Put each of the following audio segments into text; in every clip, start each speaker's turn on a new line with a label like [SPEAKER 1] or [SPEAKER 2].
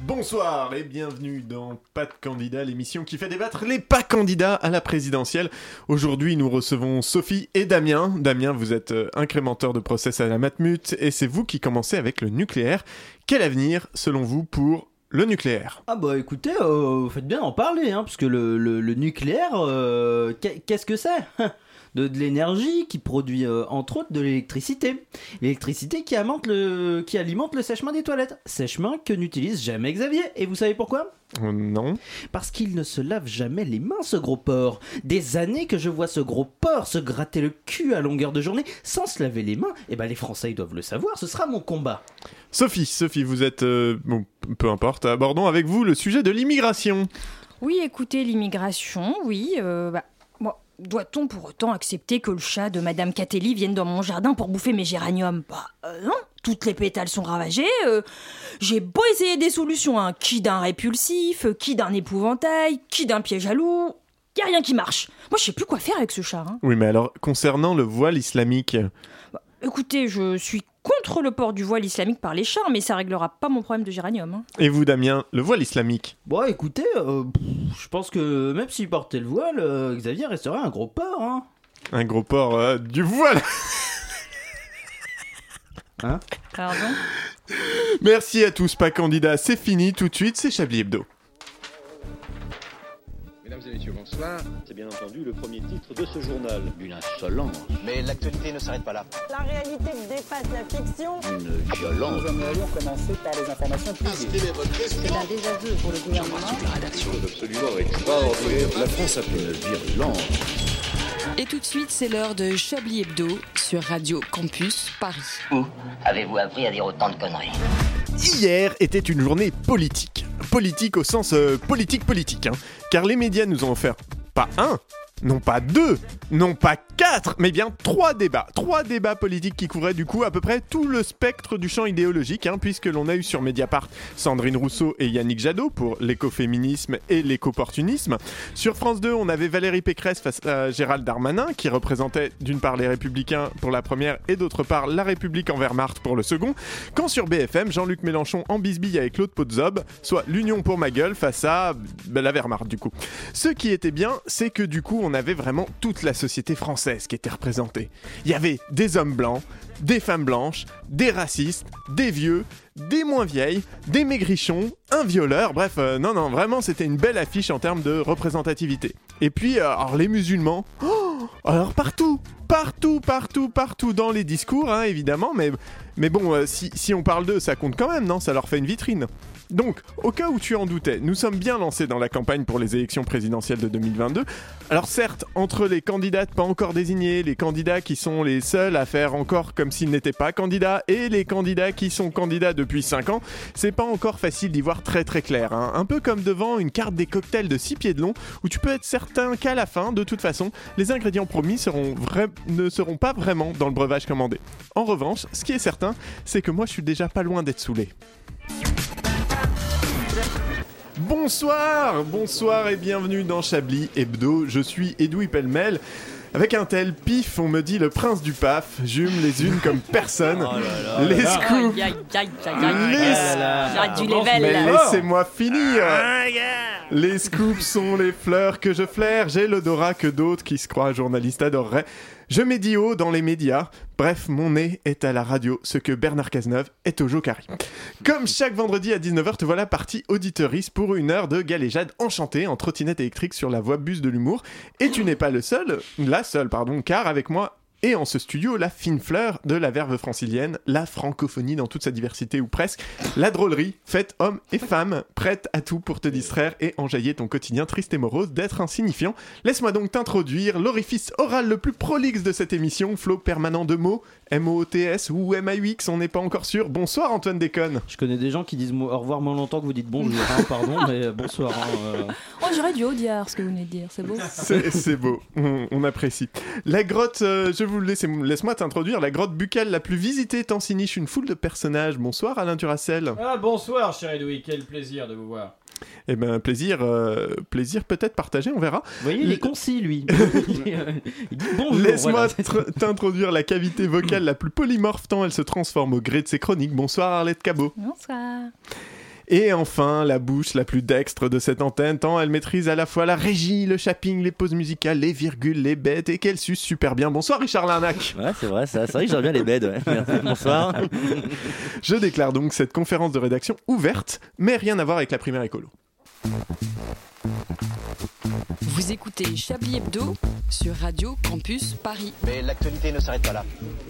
[SPEAKER 1] Bonsoir et bienvenue dans Pas de candidat, l'émission qui fait débattre les pas candidats à la présidentielle. Aujourd'hui, nous recevons Sophie et Damien. Damien, vous êtes euh, incrémenteur de process à la Matmut et c'est vous qui commencez avec le nucléaire. Quel avenir, selon vous, pour le nucléaire
[SPEAKER 2] Ah bah écoutez, euh, vous faites bien d'en parler, hein, parce que le, le- le nucléaire, euh, qu'est- qu'est-ce que c'est de, de l'énergie qui produit euh, entre autres de l'électricité. L'électricité qui, alimente le- qui alimente le sèche-main des toilettes. Sèche-main que n'utilise jamais Xavier. Et vous savez pourquoi
[SPEAKER 1] Euh, Non
[SPEAKER 2] Parce qu'il ne se lave jamais les mains, ce gros porc. Des années que je vois ce gros porc se gratter le cul à longueur de journée sans se laver les mains. Et bah les Français ils doivent le savoir, ce sera mon combat.
[SPEAKER 1] Sophie, Sophie, vous êtes... euh, bon, peu importe, abordons avec vous le sujet de l'immigration.
[SPEAKER 3] Oui, écoutez, l'immigration, oui. euh, bah, bon, Doit-on pour autant accepter que le chat de Madame Catelli vienne dans mon jardin pour bouffer mes géraniums Bah euh, non, toutes les pétales sont ravagées. euh, J'ai beau essayer des solutions, hein, qui d'un répulsif, euh, qui d'un épouvantail, qui d'un piège à loup, y a rien qui marche. Moi, je sais plus quoi faire avec ce chat. hein.
[SPEAKER 1] Oui, mais alors, concernant le voile islamique,
[SPEAKER 3] Écoutez, je suis contre le port du voile islamique par les chats, mais ça réglera pas mon problème de géranium. hein.
[SPEAKER 1] et vous, Damien, le voile islamique
[SPEAKER 2] Bon, écoutez, euh, pff, je pense que même s'il portait le voile, euh, Xavier resterait un gros porc, hein.
[SPEAKER 1] Un gros port euh, du voile.
[SPEAKER 2] Hein
[SPEAKER 3] Pardon
[SPEAKER 1] Merci à tous, pas candidat. C'est fini tout de suite, c'est Chablis Hebdo.
[SPEAKER 4] Mesdames et messieurs, bonsoir.
[SPEAKER 5] C'est bien entendu le premier titre de ce journal.
[SPEAKER 4] Une insolence. Mais l'actualité ne s'arrête pas là.
[SPEAKER 6] La réalité dépasse la fiction.
[SPEAKER 4] Une violence.
[SPEAKER 7] Nous aimerions commencer par les informations publiques.
[SPEAKER 8] C'est un désaveu pour le gouvernement.
[SPEAKER 4] Absolument extraordinaire. La France a fait une virulence.
[SPEAKER 9] Et tout de suite, c'est l'heure de Chablis Hebdo sur Radio Campus Paris.
[SPEAKER 1] Oh.
[SPEAKER 8] Avez-vous appris à dire autant de conneries
[SPEAKER 1] Hier était une journée politique. Politique au sens euh, politique-politique, hein. car les médias nous ont offert pas un, non pas deux, non pas quatre, mais bien trois débats. Trois débats politiques qui couvraient du coup à peu près tout le spectre du champ idéologique, hein, puisque l'on a eu sur Mediapart Sandrine Rousseau et Yannick Jadot pour l'écoféminisme et l'écoportunisme. Sur France 2, on avait Valérie Pécresse face à Gérald Darmanin, qui représentait d'une part les Républicains pour la première et d'autre part la République en Wehrmacht pour le second. Quand sur BFM, Jean-Luc Mélenchon en bisbille avec Claude Potzob, soit l'Union pour ma gueule face à bah, la Wehrmacht du coup. Ce qui était bien, c'est que du coup, on avait vraiment toute la société française qui était représentée. Il y avait des hommes blancs, des femmes blanches, des racistes, des vieux, des moins vieilles, des maigrichons, un violeur, bref, euh, non, non, vraiment, c'était une belle affiche en termes de représentativité. Et puis, euh, alors les musulmans, oh, alors partout, partout, partout, partout dans les discours, hein, évidemment, mais mais bon, euh, si, si on parle d'eux, ça compte quand même, non Ça leur fait une vitrine. Donc, au cas où tu en doutais, nous sommes bien lancés dans la campagne pour les élections présidentielles de 2022. Alors certes, entre les candidates pas encore désignées, les candidats qui sont les seuls à faire encore comme s'ils n'étaient pas candidats, et les candidats qui sont candidats depuis 5 ans, c'est pas encore facile d'y voir très très clair. hein. Un peu comme devant une carte des cocktails de 6 pieds de long, où tu peux être certain qu'à la fin, de toute façon, les ingrédients promis seront vra- ne seront pas vraiment dans le breuvage commandé. En revanche, ce qui est certain, c'est que moi je suis déjà pas loin d'être saoulé. Bonsoir, bonsoir et bienvenue dans Chablis Hebdo. Je suis Edoui Pellemel. Avec un tel pif, on me dit le prince du paf, j'ume les unes comme personne. les scoops,
[SPEAKER 3] Aïe, aïe, aïe, aïe, aïe.
[SPEAKER 1] les
[SPEAKER 3] Ah, du
[SPEAKER 2] Commence,
[SPEAKER 3] level,
[SPEAKER 2] mais
[SPEAKER 3] Oh.
[SPEAKER 1] mais
[SPEAKER 3] là.
[SPEAKER 2] fort.
[SPEAKER 1] laissez-moi finir
[SPEAKER 9] Ah.
[SPEAKER 1] Les scoops sont les fleurs que je flaire, j'ai l'odorat que d'autres qui se croient journalistes adoreraient. Je médis haut dans les médias. Bref, mon nez est à la radio, ce que Bernard Cazeneuve est au Jocari. Comme chaque vendredi à 19h, te voilà parti auditeuriste pour une heure de galéjade enchantée en trottinette électrique sur la voie bus de l'humour. Et tu n'es pas le seul, la seule, pardon, car avec moi et en ce studio, la fine fleur de la verve francilienne, la francophonie dans toute sa diversité ou presque, la drôlerie, faite hommes et femmes, prête à tout pour te distraire et enjailler ton quotidien triste et morose d'être insignifiant. Laisse-moi donc t'introduire l'orifice oral le plus prolixe de cette émission, flot permanent de mots, M-O-O-T-S ou M-A-U-X, on n'est pas encore sûr. Bonsoir Antoine Déconne.
[SPEAKER 2] Je connais des gens qui disent mo- au revoir moins longtemps que vous dites bonjour, hein, pardon, mais bonsoir. hein, euh.
[SPEAKER 3] Oh, j'aurais dû odiar ce que vous venez de dire, c'est beau.
[SPEAKER 1] C'est c'est beau, on, on apprécie. La grotte, euh, je vous le laisse, laisse-moi t'introduire, la grotte buccale la plus visitée tant s'y niche une foule de personnages. Bonsoir Alain Duracel.
[SPEAKER 10] Ah bonsoir cher Edoui, quel plaisir de vous voir.
[SPEAKER 1] Eh ben, plaisir, euh, plaisir peut-être partagé, on verra.
[SPEAKER 2] Vous voyez, il est concis, lui. euh, il dit bonjour.
[SPEAKER 1] Laisse-moi
[SPEAKER 2] voilà.
[SPEAKER 1] tr- t'introduire la cavité vocale la plus polymorphe tant elle se transforme au gré de ses chroniques. Bonsoir Arlette Cabot.
[SPEAKER 3] Bonsoir.
[SPEAKER 1] Et enfin, la bouche la plus dextre de cette antenne, tant elle maîtrise à la fois la régie, le shopping, les pauses musicales, les virgules, les bêtes, et qu'elle suce super bien. Bonsoir Richard Larnac
[SPEAKER 11] Ouais, c'est vrai, ça. C'est vrai que j'aime bien les beds. ouais. Merci, Bonsoir.
[SPEAKER 1] Je déclare donc cette conférence de rédaction ouverte, mais rien à voir avec la primaire écolo.
[SPEAKER 9] Vous écoutez Chablis Hebdo sur Radio Campus Paris.
[SPEAKER 12] Mais l'actualité ne s'arrête pas là.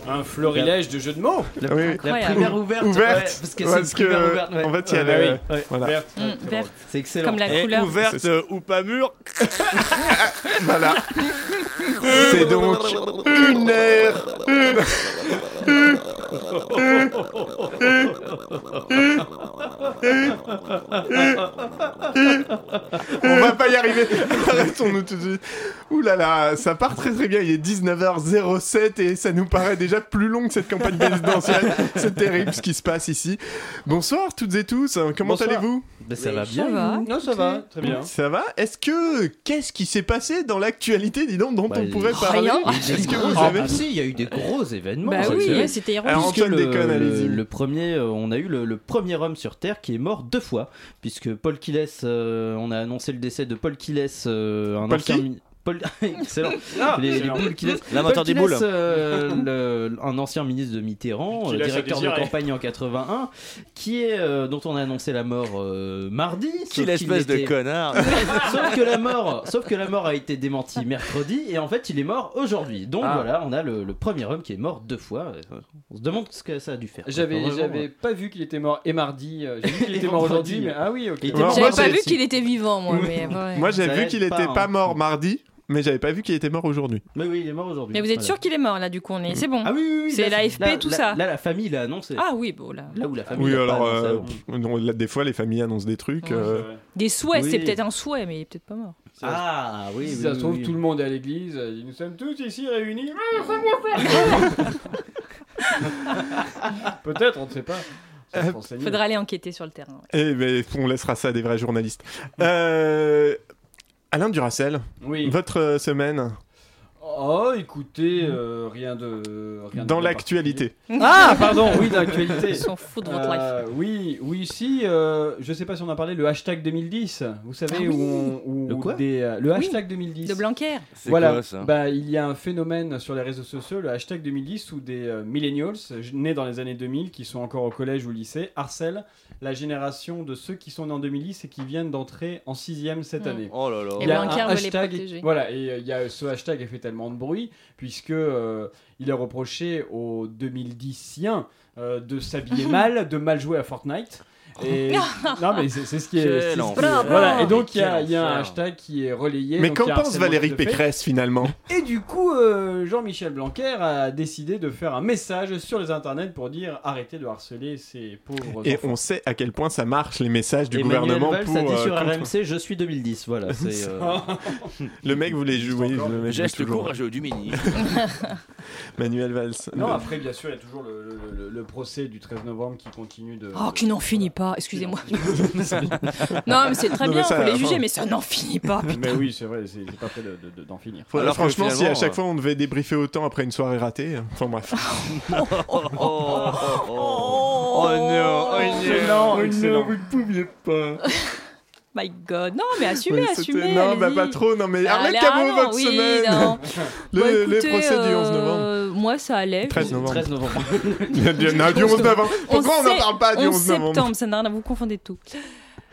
[SPEAKER 13] Un florilège de jeux de mots
[SPEAKER 2] La,
[SPEAKER 1] Oui.
[SPEAKER 2] la primaire ouverte. ouais, parce que c'est une primaire ouverte. ouais.
[SPEAKER 1] en fait, il y a
[SPEAKER 13] Ouais,
[SPEAKER 1] le-
[SPEAKER 13] Ah, bah oui.
[SPEAKER 1] voilà.
[SPEAKER 13] Verte.
[SPEAKER 3] Mm, verte,
[SPEAKER 2] C'est excellent.
[SPEAKER 3] comme la couleur.
[SPEAKER 1] ouverte,
[SPEAKER 11] ou pas mûre.
[SPEAKER 1] Voilà. C'est donc une heure. Oh, On va pas y arriver. Arrêtons-nous tout de suite. Ouh là là, ça part très très bien. Il est 19h07 et ça nous paraît déjà plus long que cette campagne présidentielle. C'est terrible ce qui se passe ici. Bonsoir toutes et tous. Comment
[SPEAKER 2] Bonsoir.
[SPEAKER 1] allez-vous
[SPEAKER 11] Ben, ça va bien.
[SPEAKER 3] Ça va.
[SPEAKER 13] Non, ça va, très bien.
[SPEAKER 1] Ça va Est-ce que qu'est-ce qui s'est passé dans l'actualité, dis donc, dont
[SPEAKER 11] Bah,
[SPEAKER 1] on
[SPEAKER 11] il-
[SPEAKER 1] pourrait parler
[SPEAKER 3] Rien.
[SPEAKER 1] Est-ce que vous
[SPEAKER 2] Ah,
[SPEAKER 1] avez
[SPEAKER 2] bah si, il y a eu des gros événements.
[SPEAKER 3] Bah
[SPEAKER 2] cette
[SPEAKER 3] oui,
[SPEAKER 2] semaine.
[SPEAKER 3] ouais, c'était ironique.
[SPEAKER 1] Alors,
[SPEAKER 2] Puisque
[SPEAKER 1] Antoine
[SPEAKER 2] le,
[SPEAKER 1] déconne, allez-y.
[SPEAKER 2] le- le premier, euh, on a eu le, le premier homme sur Terre qui est mort deux fois, puisque Paul Kiles, euh, on a annoncé le décès de Paul Kiles, euh, un
[SPEAKER 1] Paul
[SPEAKER 2] ancien
[SPEAKER 1] qui
[SPEAKER 2] mi- Paul... excellent.
[SPEAKER 13] Ah,
[SPEAKER 2] Les, les
[SPEAKER 13] excellent.
[SPEAKER 2] boules Kiles.
[SPEAKER 11] L'inventeur
[SPEAKER 2] Paul
[SPEAKER 11] des boules.
[SPEAKER 2] Kiles, euh, le- un ancien ministre de Mitterrand,
[SPEAKER 13] Qui
[SPEAKER 2] euh,
[SPEAKER 13] laisse à
[SPEAKER 2] directeur de
[SPEAKER 13] désirer.
[SPEAKER 2] campagne en 81, qui est euh, dont on a annoncé la mort euh, mardi.
[SPEAKER 11] Qui
[SPEAKER 2] sauf qu'il
[SPEAKER 11] l'espèce de
[SPEAKER 2] était-
[SPEAKER 11] connard.
[SPEAKER 2] sauf que la mort, sauf que la mort a été démentie mercredi et en fait il est mort aujourd'hui. Donc
[SPEAKER 13] Ah.
[SPEAKER 2] voilà, on a le, le premier homme qui est mort deux fois. Euh, On se demande ce que ça a dû faire.
[SPEAKER 13] J'avais,
[SPEAKER 2] Enfin, vraiment,
[SPEAKER 13] j'avais pas vu qu'il était mort et mardi. euh, J'ai vu qu'il
[SPEAKER 2] Et
[SPEAKER 13] était mort
[SPEAKER 2] vendredi.
[SPEAKER 13] aujourd'hui, mais ah oui, ok.
[SPEAKER 2] Il était
[SPEAKER 1] Alors,
[SPEAKER 3] J'avais
[SPEAKER 1] moi,
[SPEAKER 3] pas
[SPEAKER 1] j'ai-
[SPEAKER 3] vu qu'il était vivant, moi. Mais, ouais.
[SPEAKER 1] Moi,
[SPEAKER 2] Ça
[SPEAKER 1] j'ai vu
[SPEAKER 2] aide
[SPEAKER 1] qu'il
[SPEAKER 2] pas,
[SPEAKER 1] était
[SPEAKER 2] hein.
[SPEAKER 1] pas mort mardi, mais j'avais pas vu qu'il était mort aujourd'hui.
[SPEAKER 2] euh, Mais oui, il est mort aujourd'hui.
[SPEAKER 3] mais vous êtes
[SPEAKER 2] Voilà.
[SPEAKER 3] sûr qu'il est mort là, du coup, on est. C'est bon.
[SPEAKER 2] Ah oui, oui, oui,
[SPEAKER 3] C'est
[SPEAKER 2] là,
[SPEAKER 3] l'AFP,
[SPEAKER 2] là,
[SPEAKER 3] tout
[SPEAKER 2] là,
[SPEAKER 3] ça.
[SPEAKER 2] Là, la famille l'a annoncé.
[SPEAKER 3] Ah oui, bon là.
[SPEAKER 2] Là où la famille.
[SPEAKER 1] Oui,
[SPEAKER 2] l'a pas
[SPEAKER 1] alors,
[SPEAKER 2] annoncé
[SPEAKER 1] euh,
[SPEAKER 2] avant.
[SPEAKER 1] pff, non, là, des fois, les familles annoncent des trucs.
[SPEAKER 3] Ouais.
[SPEAKER 1] euh,
[SPEAKER 3] Des souhaits,
[SPEAKER 2] Oui.
[SPEAKER 3] c'est peut-être un souhait, mais il est peut-être pas mort.
[SPEAKER 2] Ah oui,
[SPEAKER 13] Si
[SPEAKER 2] oui,
[SPEAKER 13] ça
[SPEAKER 2] oui,
[SPEAKER 13] se trouve,
[SPEAKER 2] oui.
[SPEAKER 13] tout le monde est à l'église. euh, Nous sommes tous ici réunis.
[SPEAKER 3] Ah,
[SPEAKER 13] Peut-être, on ne sait pas. Ça se renseigne.
[SPEAKER 3] Faudra aller enquêter sur le terrain. ouais.
[SPEAKER 1] Eh ben, on laissera ça à des vrais journalistes.
[SPEAKER 3] Mm.
[SPEAKER 1] Euh, Alain Duracel,
[SPEAKER 13] Oui.
[SPEAKER 1] votre euh, semaine
[SPEAKER 13] Oh, écoutez, euh, rien de. Rien de
[SPEAKER 1] dans
[SPEAKER 13] bien
[SPEAKER 1] l'actualité.
[SPEAKER 13] Ah, pardon, oui, d'actualité.
[SPEAKER 3] Ils s'en foutent de votre life.
[SPEAKER 13] Euh, oui, oui, si. euh, je sais pas si on a parlé le hashtag 2010. Vous savez
[SPEAKER 3] Ah oui.
[SPEAKER 13] où, on- où
[SPEAKER 2] Le quoi
[SPEAKER 13] des, euh, le
[SPEAKER 3] Oui.
[SPEAKER 13] hashtag 2010.
[SPEAKER 3] De Blanquer.
[SPEAKER 11] C'est hein.
[SPEAKER 13] Voilà.
[SPEAKER 11] quoi, ça
[SPEAKER 13] bah, il y a un phénomène sur les réseaux sociaux, le hashtag 2010, où des euh, millennials euh, nés dans les années 2000, qui sont encore au collège ou au lycée, harcèlent la génération de ceux qui sont nés en 2010 et qui viennent d'entrer en sixième cette
[SPEAKER 3] Mm.
[SPEAKER 13] année.
[SPEAKER 11] Oh là là.
[SPEAKER 3] Et
[SPEAKER 13] Il y a
[SPEAKER 3] Blanquer
[SPEAKER 13] un
[SPEAKER 3] veut les
[SPEAKER 13] hashtag,
[SPEAKER 3] protéger.
[SPEAKER 13] voilà, et euh, il y a ce hashtag qui a fait tellement de bruit puisque euh, il est reproché aux 2010iens euh, de s'habiller mal, de mal jouer à Fortnite. Et... non mais c'est c'est ce qui est.
[SPEAKER 11] Quel
[SPEAKER 13] c'est ce qui est-
[SPEAKER 11] enfer.
[SPEAKER 13] Voilà, et donc il y a,
[SPEAKER 11] Quel
[SPEAKER 13] il y a un
[SPEAKER 11] enfer.
[SPEAKER 13] hashtag qui est relayé.
[SPEAKER 1] Mais
[SPEAKER 13] donc il y
[SPEAKER 1] qu'en
[SPEAKER 13] a un
[SPEAKER 1] pense
[SPEAKER 13] harcèlement
[SPEAKER 1] Valérie
[SPEAKER 13] qui se fait.
[SPEAKER 1] Pécresse finalement
[SPEAKER 13] Et du coup, euh, Jean-Michel Blanquer a décidé de faire un message sur les internets pour dire arrêtez de harceler ces pauvres
[SPEAKER 1] Et
[SPEAKER 13] enfants.
[SPEAKER 1] on sait à quel point ça marche les messages du
[SPEAKER 2] Emmanuel
[SPEAKER 1] gouvernement
[SPEAKER 2] Valls
[SPEAKER 1] pour.
[SPEAKER 2] a dit
[SPEAKER 1] euh,
[SPEAKER 2] sur
[SPEAKER 11] bah,
[SPEAKER 1] contre-
[SPEAKER 2] RMC, je suis 2010. Voilà, c'est. euh,
[SPEAKER 1] Le mec voulait jouer. le mec
[SPEAKER 11] Geste
[SPEAKER 1] voulait toujours-
[SPEAKER 11] courageux du mini.
[SPEAKER 1] Manuel Valls. Euh,
[SPEAKER 13] Non,
[SPEAKER 1] Le-
[SPEAKER 13] après, bien sûr, il y a toujours le, le- le- le procès du 13 novembre qui continue de.
[SPEAKER 3] Oh, qui n'en finit pas, excusez-moi. non, mais c'est très
[SPEAKER 1] Non, mais
[SPEAKER 3] bien,
[SPEAKER 1] ça,
[SPEAKER 3] faut les
[SPEAKER 1] enfin-
[SPEAKER 3] juger, mais ça n'en finit pas.
[SPEAKER 13] Mais oui, c'est vrai, c'est c'est pas prêt de- de- de- d'en finir.
[SPEAKER 1] Faudrait-
[SPEAKER 11] Alors que
[SPEAKER 1] franchement, si à
[SPEAKER 11] finalement,
[SPEAKER 1] chaque
[SPEAKER 11] euh,
[SPEAKER 1] fois on devait débriefer autant après une soirée ratée, euh, enfin bref.
[SPEAKER 11] Oh, oh, oh, oh. Oh non, oh non.
[SPEAKER 1] Excellent, excellent.
[SPEAKER 13] vous ne pouviez pas.
[SPEAKER 3] My God, non, mais assumez,
[SPEAKER 1] Oui, c'était-
[SPEAKER 3] assumez.
[SPEAKER 1] Non, bah
[SPEAKER 3] allez-y.
[SPEAKER 1] pas trop. Non, mais
[SPEAKER 3] Bah,
[SPEAKER 1] Arlette
[SPEAKER 3] allez,
[SPEAKER 1] Cabot,
[SPEAKER 3] ah, non,
[SPEAKER 1] votre
[SPEAKER 3] oui,
[SPEAKER 1] semaine.
[SPEAKER 3] non.
[SPEAKER 1] Le,
[SPEAKER 3] Bah,
[SPEAKER 1] le
[SPEAKER 3] écoutez,
[SPEAKER 1] procès du 11 novembre.
[SPEAKER 3] euh, Moi, ça allait.
[SPEAKER 1] 13 novembre.
[SPEAKER 2] 13 novembre.
[SPEAKER 1] non, du 11 novembre. Pourquoi on n'en
[SPEAKER 3] sait-
[SPEAKER 1] parle pas du
[SPEAKER 3] 11
[SPEAKER 1] 11 novembre
[SPEAKER 3] septembre, ça n'a rien à vous confondez tout.